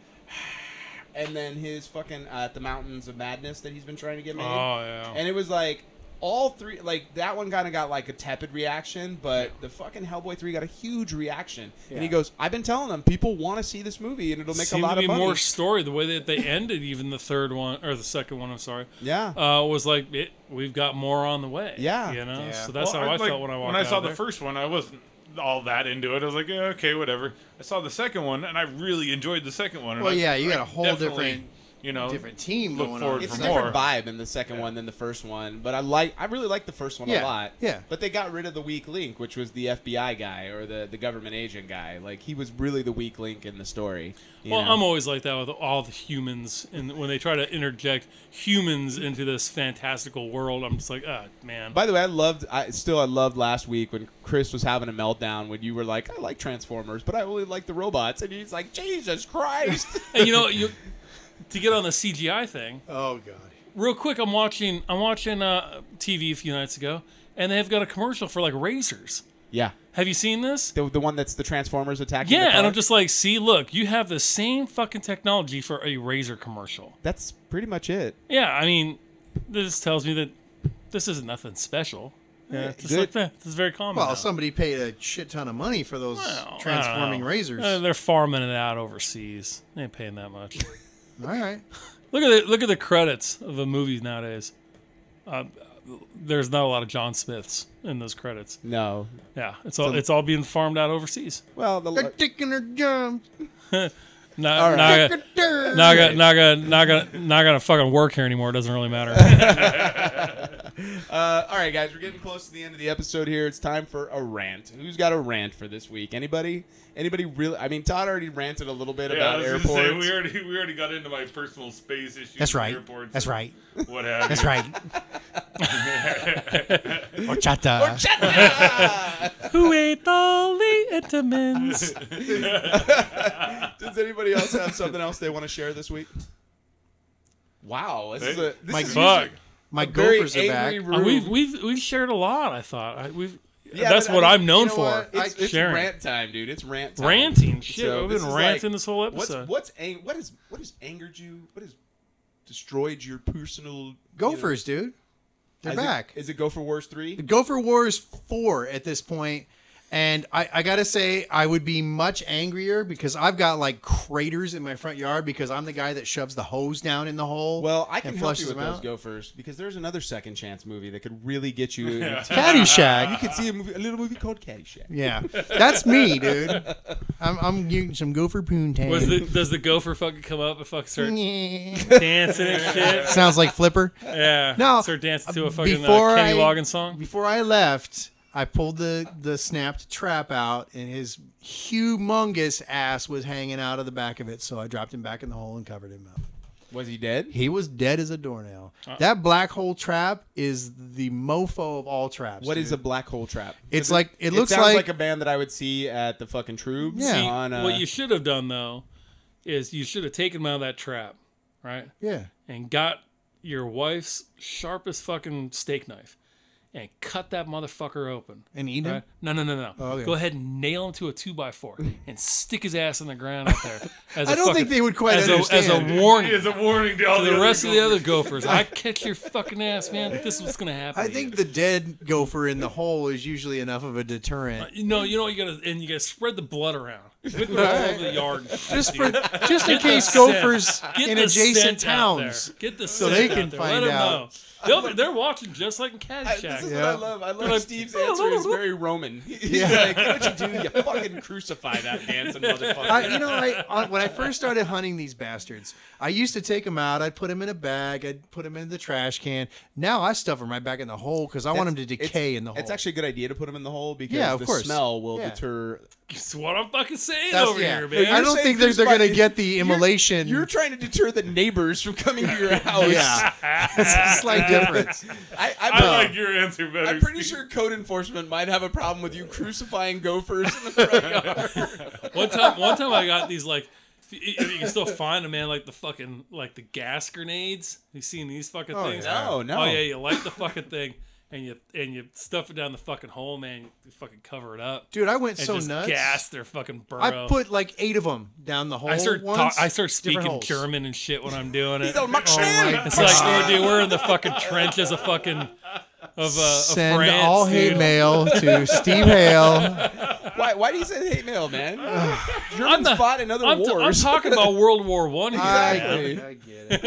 And then his fucking uh, at the mountains of madness that he's been trying to get made. Oh, yeah. And it was like all three, like that one kind of got like a tepid reaction, but the fucking Hellboy three got a huge reaction. And he goes, "I've been telling them people want to see this movie, and it'll make Seemed a lot to be of money." more story the way that they ended, even the third one or the second one. I'm sorry. yeah, Uh, was like it, we've got more on the way. Yeah. you know. Yeah. So that's Well, how I, like, felt when I walked. When I out saw of the there. first one, I wasn't all that into it. I was like, yeah, okay, whatever. I saw the second one, and I really enjoyed the second one. and Well, I- yeah, you I got a whole definitely, different- you know, different team look going forward on. it's a for different more. vibe in the second one than the first one, but I like, I really like the first one Yeah, a lot. yeah. But they got rid of the weak link, which was the FBI guy or the the government agent guy. Like he was really the weak link in the story. you Well, know? I'm always like that with all the humans, and when they try to interject humans into this fantastical world, I'm just like, ah, man. By the way, I loved. I still I loved last week when Chris was having a meltdown when you were like, "I like Transformers, but I only like the robots," and he's like, "Jesus Christ!" and you know, you to get on the CGI thing oh god. real quick. I'm watching. I'm watching uh, TV a few nights ago, and they've got a commercial for like razors. yeah, Have you seen this? the, the one that's the Transformers attacking. the Yeah, and car? I'm just like, see, look, you have the same fucking technology for a razor commercial. That's pretty much it. Yeah, I mean, this tells me that this isn't nothing special. Yeah, it's just good. like that. This is very common. Well, now. somebody paid a shit ton of money for those Well, I don't transforming know. razors. Uh, they're farming it out overseas. They ain't paying that much. All right. look at the look at the credits of the movies nowadays. Uh, there's not a lot of John Smiths in those credits. No, Yeah, it's all it's all being farmed out overseas. well, the, Particular jump. Not right. not gonna- not gonna not gonna not gonna not gonna fucking work here anymore. It doesn't really matter. uh, all right, guys, we're getting close to the end of the episode here. It's time for a rant. Who's got a rant for this week? Anybody? Anybody really? I mean, Todd already ranted a little bit Yeah, I about was gonna say, airports. we already we already got into my personal space issues. That's with right. Airports That's and right. What have That's you. right. Horchata. Who ate all the vitamins? Does anybody else have something else they want to share this week? Wow, this is a this My is Fuck. My very gophers are back. angry Uh, room. we've we've we've shared a lot. I thought I, we've. Yeah, that's but I what mean, I'm known you know for. what? It's, it's sharing. rant time, dude. It's rant time. ranting. Shit, So we've this been is ranting like- this whole What's episode. what's ang- what is what has angered you? What has destroyed your personal Gophers, dude. They're You know, is it- back. Is it Gopher Wars three? Gopher Wars 4 at this point, And I, I gotta say, I would be much angrier because I've got like craters in my front yard because I'm the guy that shoves the hose down in the hole. Well, I can and help you flushes with them those out. Gophers because there's another second chance movie that could really get you. Caddyshack. could see a, movie, a little movie called Caddyshack. yeah, that's me, dude. I'm, I'm getting some gopher poontang. Was the, does the gopher fucking come up and fuck start dancing and shit? Sounds like Flipper. Yeah. No, Start dancing to a fucking uh, before Kenny I- Loggins song. Before I left, I pulled the the snapped trap out, and his humongous ass was hanging out of the back of it. So I dropped him back in the hole and covered him up. Was he dead? He was dead as a doornail. that black hole trap is the mofo of all traps. What is dude. a black hole trap? It's like it, looks sounds like, like, a band that I would see at the fucking Troobs. Yeah. See, on, uh, what you should have done though is you should have taken him out of that trap, right? yeah. And got your wife's sharpest fucking steak knife and cut that motherfucker open. And eat him? Right? No, no, no, no. okay. Go ahead and nail him to a two by four and stick his ass in the ground out there. As I don't think they would quite as a, as a understand. warning. It's a warning to all to the rest of the other gophers. I catch your fucking ass, man. This is what's gonna happen. I to think the dead gopher in the hole is usually enough of a deterrent. you. no, you know what you gotta and you gotta spread the blood around with the all over the yard. Just for just in case the scent. gophers Get in the adjacent scent out towns. there. Get the so scent they out can there. find Let 'em out. Know. They'll, they're watching just like in Caddyshack. this is yeah. what I Yeah. love. I love They're like, Steve's answer is very Roman. He's like, "What you do? You fucking crucify that dancing motherfucker." I, you know, I, on, when I first started hunting these bastards, I used to take them out. I'd put them in a bag. I'd put them in the trash can. Now I stuff them right back in the hole because I want them to It's- decay in the hole. It's actually a good idea to put them in the hole because Yeah, of the course. smell will Yeah. deter. That's what I'm fucking saying That's- over yeah. here, No, I man. don't saying think they're- things they're gonna about- get the you're- immolation. You're, trying to deter the neighbors from coming to your house. yeah, it's a slight difference. I, I I, like your answer better. I'm pretty Steve. sure code enforcement might have a problem with you crucifying gophers in the front yard. one time, one time I got these like. if You if you can still find them, man. Like the fucking, like the gas grenades. You seen these fucking things? No, no. Oh yeah, you light the fucking thing and you and you stuff it down the fucking hole, man. You fucking cover it up. Dude, I went and so just nuts. gas their fucking burrow. I put like eight of them down the hole. I start once, talk, I start different speaking holes. German and shit when I'm doing it. He's all, "Mach Oh schnell, my It's mach like, schnell." oh, dude, we're in the fucking trenches of fucking of, uh, of Send France, all dude. hate mail to Steve Hale. why, why do you say hate mail, man? I'm, Germans not- fought in other I'm, t- I'm wars. talking about World War One here. man. Exactly. I get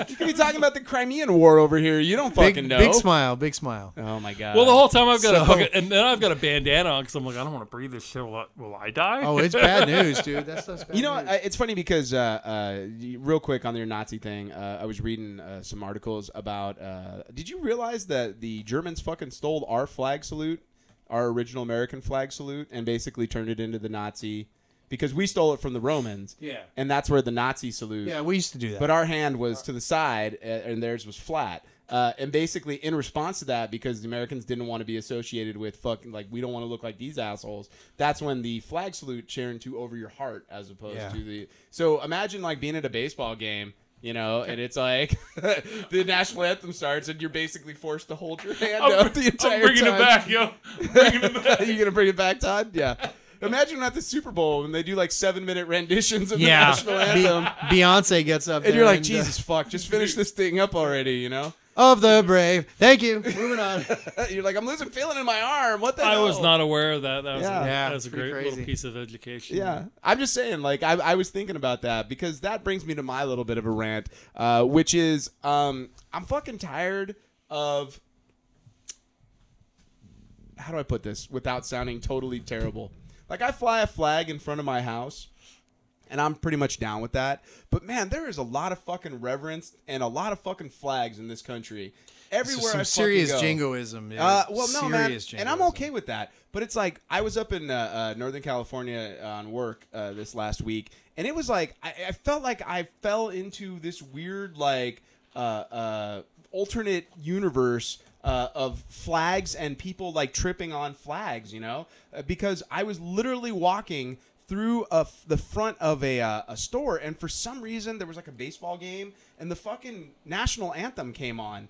it. You could be talking about the Crimean War over here. You don't fucking Big, know. big smile, big smile. Oh my god. Well, the whole time I've got a So- fucking, and then I've got a bandana on because I'm like, I don't want to breathe this shit. Will I, will I die? Oh, it's bad news, dude. That stuff's bad You know, news. I, it's funny because uh, uh, y- real quick on your Nazi thing, uh, I was reading uh, some articles about. Uh, did you realize that the Germans fucking stole our flag salute, our original American flag salute, and basically turned it into the Nazi, because we stole it from the Romans. Yeah. And that's where the Nazi salute. yeah, we used to do that. But our hand was to the side, a- and theirs was flat. Uh, and basically, in response to that, because the Americans didn't want to be associated with fucking like we don't want to look like these assholes. That's when the flag salute churned to over your heart as opposed Yeah. to the. So imagine like being at a baseball game. You know, and it's like the national anthem starts, and you're basically forced to hold your hand I'm, up the entire I'm bringing time. it back, yo. I'm bringing it back. Are you gonna bring it back, Todd? Yeah. Imagine at the Super Bowl when they do like seven minute renditions of yeah, the national anthem. Be- Beyonce gets up, And there you're like, uh, Jesus fuck, just finish this thing up already, you know? of the brave. Thank you. Moving on. You're like, I'm losing feeling in my arm. What the I hell? was not aware of that. That was, Yeah. a, Yeah, that was a pretty great little crazy. piece of education. Yeah. I'm just saying, like, I, I was thinking about that because that brings me to my little bit of a rant, uh, which is um, I'm fucking tired of. How do I put this without sounding totally terrible? Like, I fly a flag in front of my house. and I'm pretty much down with that. But man, there is a lot of fucking reverence and a lot of fucking flags in this country. Everywhere I some fucking serious go. jingoism. dude. Uh, well, no, man, serious and I'm jingoism. okay with that. But it's like I was up in uh, uh, Northern California on work uh, this last week, and it was like I, I felt like I fell into this weird like uh, uh, alternate universe. Uh, of flags and people like tripping on flags, you know, uh, because I was literally walking through a f- the front of a, uh, a store, and for some reason there was like a baseball game, and the fucking national anthem came on,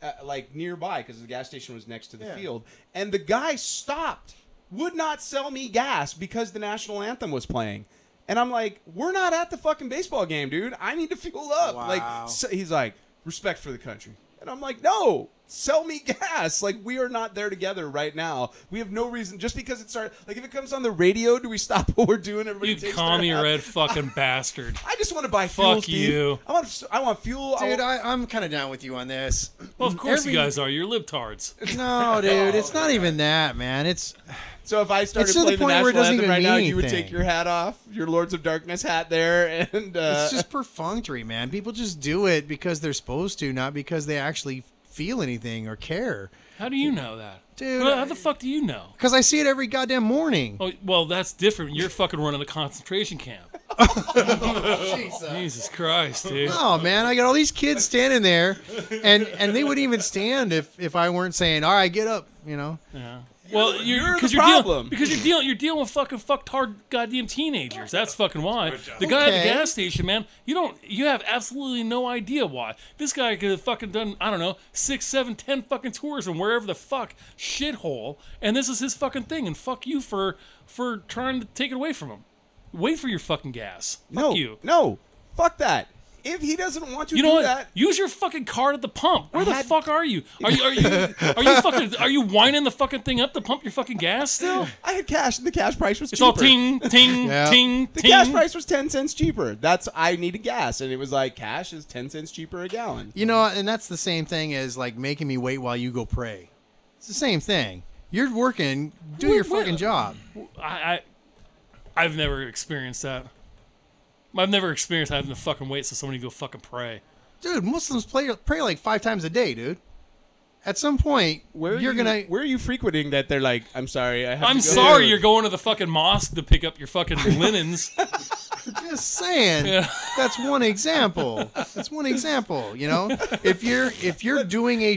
uh, like nearby because the gas station was next to the field, and the guy stopped, would not sell me gas because the national anthem was playing. And I'm like, we're not at the fucking baseball game, dude. I need to fuel up. Like, so he's like, respect for the country. And I'm like, no, sell me gas. Like we are not there together right now. We have no reason just because it started. Like if it comes on the radio, do we stop what we're doing? Everybody You takes commie their hat? red fucking bastard. I just want to buy fuel. Fuck Steve. you. I want. I want fuel. I Dude, want- I, I'm kind of down with you on this. Well, of course Every- you guys are. You're libtards. No, dude, it's not even that, man. It's so if I started It's to the playing the, point where it national doesn't anthem even right mean now, you would anything. take your hat off, your Lords of Darkness hat there, and uh, it's just perfunctory, man. People just do it because they're supposed to, not because they actually feel anything or care. How do you know that? Dude, Well, how the fuck do you know? Because I see it every goddamn morning. Oh, well, that's different. You're fucking running a concentration camp. Jesus Christ, dude. Oh man, I got all these kids standing there, and and they wouldn't even stand if if I weren't saying, "All right, get up," you know. Yeah. Well, you're the because you're dealing problem. because you're dealing you're dealing with fucking fucked hard goddamn teenagers. That's fucking why. The guy at Okay. the gas station, man, you don't you have absolutely no idea why this guy could have fucking done I don't know six, seven, ten fucking tours and wherever the fuck shithole, and this is his fucking thing, and fuck you for for trying to take it away from him. Wait for your fucking gas. Fuck no, you. no, fuck that. If he doesn't want to You do know what? that, Use your fucking card at the pump. Where the had- fuck are you? Are you are you are you fucking are you winding the fucking thing up to pump your fucking gas still? I had cash, and the cash price was It's cheaper. all ting ting Yeah. ting the ting. gas price was ten cents cheaper. That's I needed gas, and it was like cash is ten cents cheaper a gallon. You know, and that's the same thing as like making me wait while you go pray. It's the same thing. You're working, do your Wait, wait. fucking job. I, I I've never experienced that. I've never experienced having to fucking wait so somebody go fucking pray. Dude, Muslims play, pray like five times a day, dude. At some point, Where are you're you, gonna. where are you frequenting that they're like, I'm sorry, I have I'm to go sorry Dude, you're going to the fucking mosque to pick up your fucking linens. Just saying. Yeah. That's one example. That's one example. You know, if you're if you're doing a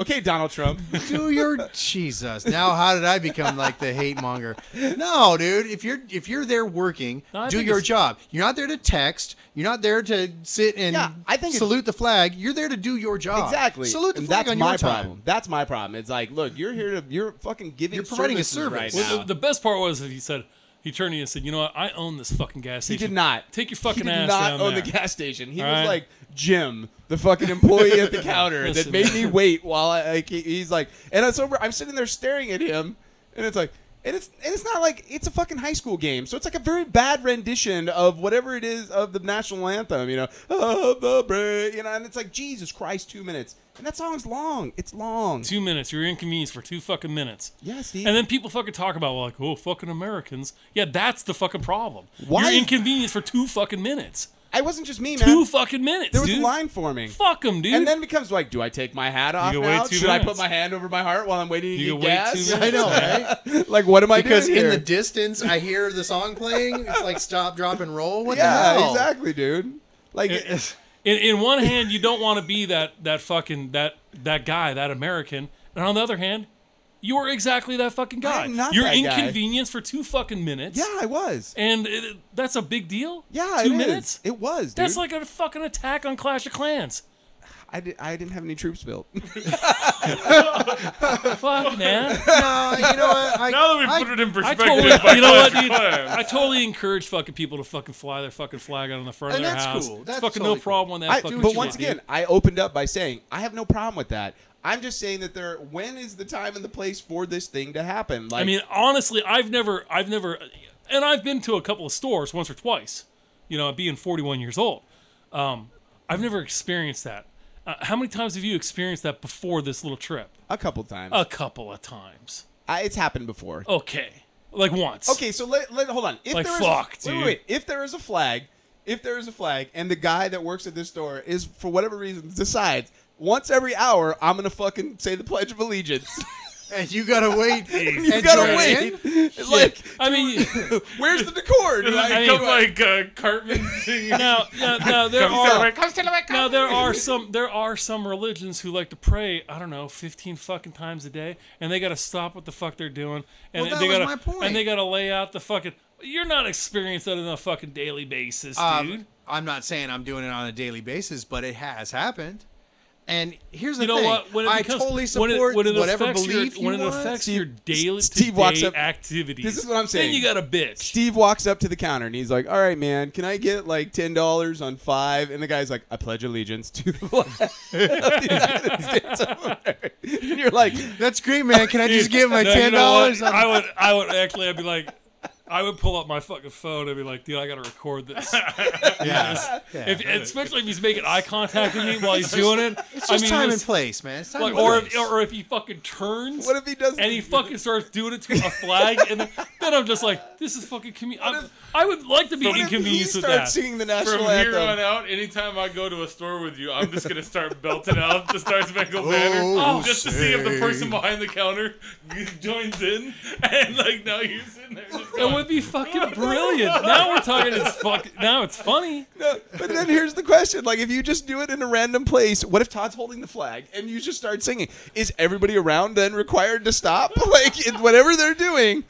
Okay, Donald Trump. do your Jesus. Now, how did I become like the hate monger? No, dude. If you're if you're there working, No, I do think your it's- job. You're not there to text. You're not there to sit and Yeah, I think it- salute the flag. You're there to do your job. Exactly. Salute the and flag that's on my your time. problem. That's my problem. It's like, look, you're here to you're fucking giving You're providing a services right service. now. Well, the, the best part was that he said he turned to you and said, "You know what? I own this fucking gas he station. did not. take your fucking he did ass not down own there." the gas station. He All was right? like Jim, the fucking employee at the counter that Listen, made man. me wait while I like, he- he's like, and I'm sober. I'm sitting there staring at him, and it's like. And it's, and it's not like it's a fucking high school game, so it's like a very bad rendition of whatever it is of the national anthem, you know, of the break, you know, and it's like Jesus Christ, two minutes, and that song's long. It's long. two minutes. You're inconvenienced for two fucking minutes. Yeah, Steve. And then people fucking talk about well, like, oh, fucking Americans. Yeah, that's the fucking problem. Why You're is- inconvenienced for two fucking minutes. I wasn't just me, man. Two fucking minutes, there was dude. a line forming. Fuck them, dude. And then it becomes like, do I take my hat off can now? wait two Should I put minutes. my hand over my heart while I'm waiting to You can get wait gas? two I know, right? like, what am I Because doing in the here? distance, I hear the song playing. It's like stop, drop, and roll. What the yeah, hell? exactly, dude. Like, in, in one hand, you don't want to be that that fucking that that guy, that American, and on the other hand, you're exactly that fucking guy. I'm not you're that guy. inconvenienced for two fucking minutes. yeah, I was. And it, that's a big deal. Yeah, two it is. minutes. It was. Dude. That's like a fucking attack on Clash of Clans. I, did, I didn't have any troops built. Fuck, man. No, you know what? I, Now that we I- put it in I perspective, totally, by you know what, Clash dude? of Clans. I totally encourage fucking people to fucking fly their fucking flag out on the front And of their that's house. cool. It's That's fucking totally no problem on that. I, fucking but shit, once dude. again, I opened up by saying I have no problem with that. I'm just saying that there. When is the time and the place for this thing to happen? Like, I mean, honestly, I've never, I've never, and I've been to a couple of stores once or twice. You know, being 41 years old, um, I've never experienced that. Uh, how many times have you experienced that before this little trip? a couple times. A couple of times. I, it's happened before. Okay, like once. Okay, so let, let hold on. If Like, there is fuck, a, wait, dude. wait, wait. If there is a flag, if there is a flag, and the guy that works at this store is for whatever reason decides once every hour I'm gonna fucking say the Pledge of Allegiance. And you gotta wait. you you gotta wait. Like, I mean, where's the decor? dude? I mean- Become like uh, Cartman singing. now, now, now there Come are. celebrate, come celebrate, come Now there are some there are some religions who like to pray. I don't know, fifteen fucking times a day, and they got to stop what the fuck they're doing, and Well, that they was got my point. and they got to lay out the fucking. You're not experienced that on a fucking Um, Uh, daily basis, dude. I'm not saying I'm doing it on a daily basis, but it has happened. And here's the You know thing: what? When it I becomes- totally when support it- when it whatever affects belief your, when you it want. affects Steve- your daily Steve walks to-day up- activities. This is what I'm saying. Then you got a bitch. Steve walks up to the counter and he's like, "All right, man, can I get like ten dollars on five? And the guy's like, "I pledge allegiance to the flag of the United States of America." And you're like, That's great, man. Can I just Dude, give my no, ten you know what? dollars? I would, I would actually, I'd be like, I would pull up my fucking phone and be like, dude, I gotta record this. yeah. If, especially if he's making eye contact with me while he's doing it. It's just I mean, time and this- place, man. It's time like, and or place. if, or if he fucking turns. "What if he doesn't?" and he fucking starts doing it to a flag, and then, then I'm just like, "This is fucking commu- I'm, I would like to be What if he inconvenienced with starts that. singing the From national here on anthem? out, anytime I go to a store with you, I'm just gonna start belting out the Star Spangled Banner Oh, just to see if the person behind the counter joins in. And like now you're sitting there. Just It going, would be fucking brilliant. Now we're talking. It's fuck. Now it's funny. No, but then here's the question: Like, if you just do it in a random place, what if Todd's holding the flag and you just start singing? Is everybody around then required to stop? Like, in whatever they're doing.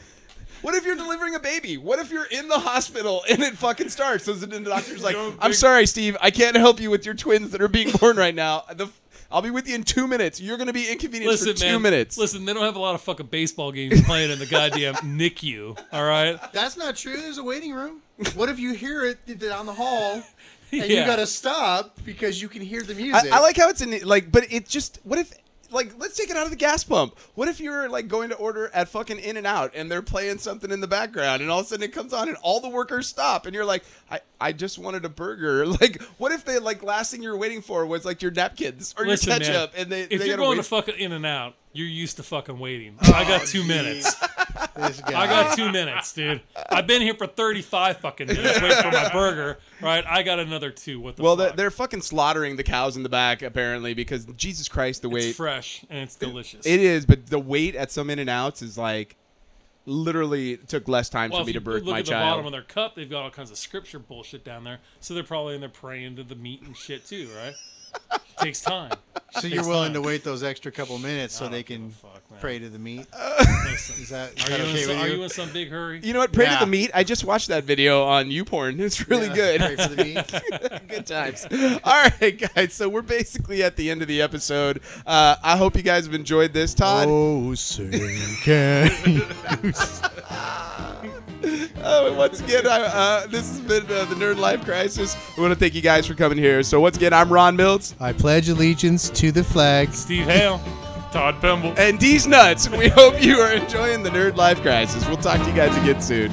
What if you're delivering a baby? What if you're in the hospital and it fucking starts? And the doctor's like, Don't "I'm think- sorry, Steve, I can't help you with your twins that are being born right now. The, I'll be with you in two minutes. You're gonna be inconvenienced Listen, for two man. minutes." Listen, they don't have a lot of fucking baseball games playing in the goddamn NICU. All right. That's not true. There's a waiting room. What if you hear it down the hall and you Yeah. got to stop because you can hear the I, music? I like how it's in like, but it just what if like let's take it out of the gas pump. What if you're like going to order at fucking In and Out and they're playing something in the background and all of a sudden it comes on and all the workers stop and you're like, I I just wanted a burger. Like, what if they like last thing you're waiting for was like your napkins or Listen, your man. ketchup and they if they you're gotta going wait to fucking in and out, you're used to fucking waiting. Oh, I got two minutes. this guy. I got two minutes, dude. I've been here for 35 fucking minutes waiting for my burger. Right. I got another two. What the well, fuck? they're, they're fucking slaughtering the cows in the back apparently because Jesus Christ, the It's wait fresh and it's delicious. it is, but the wait at some In and Outs is like literally took less time well, for me if to you birth look my at the child. bottom of their cup, they've got all kinds of scripture bullshit down there, so they're probably in there praying to the meat and shit too, right? takes time. so you're willing to wait those extra couple minutes so they can fuck, man. pray to the meat? Is that, is that Are, you, in okay some, with are you? you in some big hurry? You know what? Pray Yeah. to the meat. I just watched that video on YouPorn. It's really Pray good. for the meat. good times. All right, guys. So we're basically at the end of the episode. Uh, I hope you guys have enjoyed this, Todd. Oh, Oh, sing can. Oh, and once again, I, uh, this has been uh, the Nerd Life Crisis. We want to thank you guys for coming here. So once again, I'm Ron Mills I pledge allegiance to the flag. Steve Hale. Todd Pemble. and D's Nuts, and we hope you are enjoying the Nerd Life Crisis. We'll talk to you guys again soon.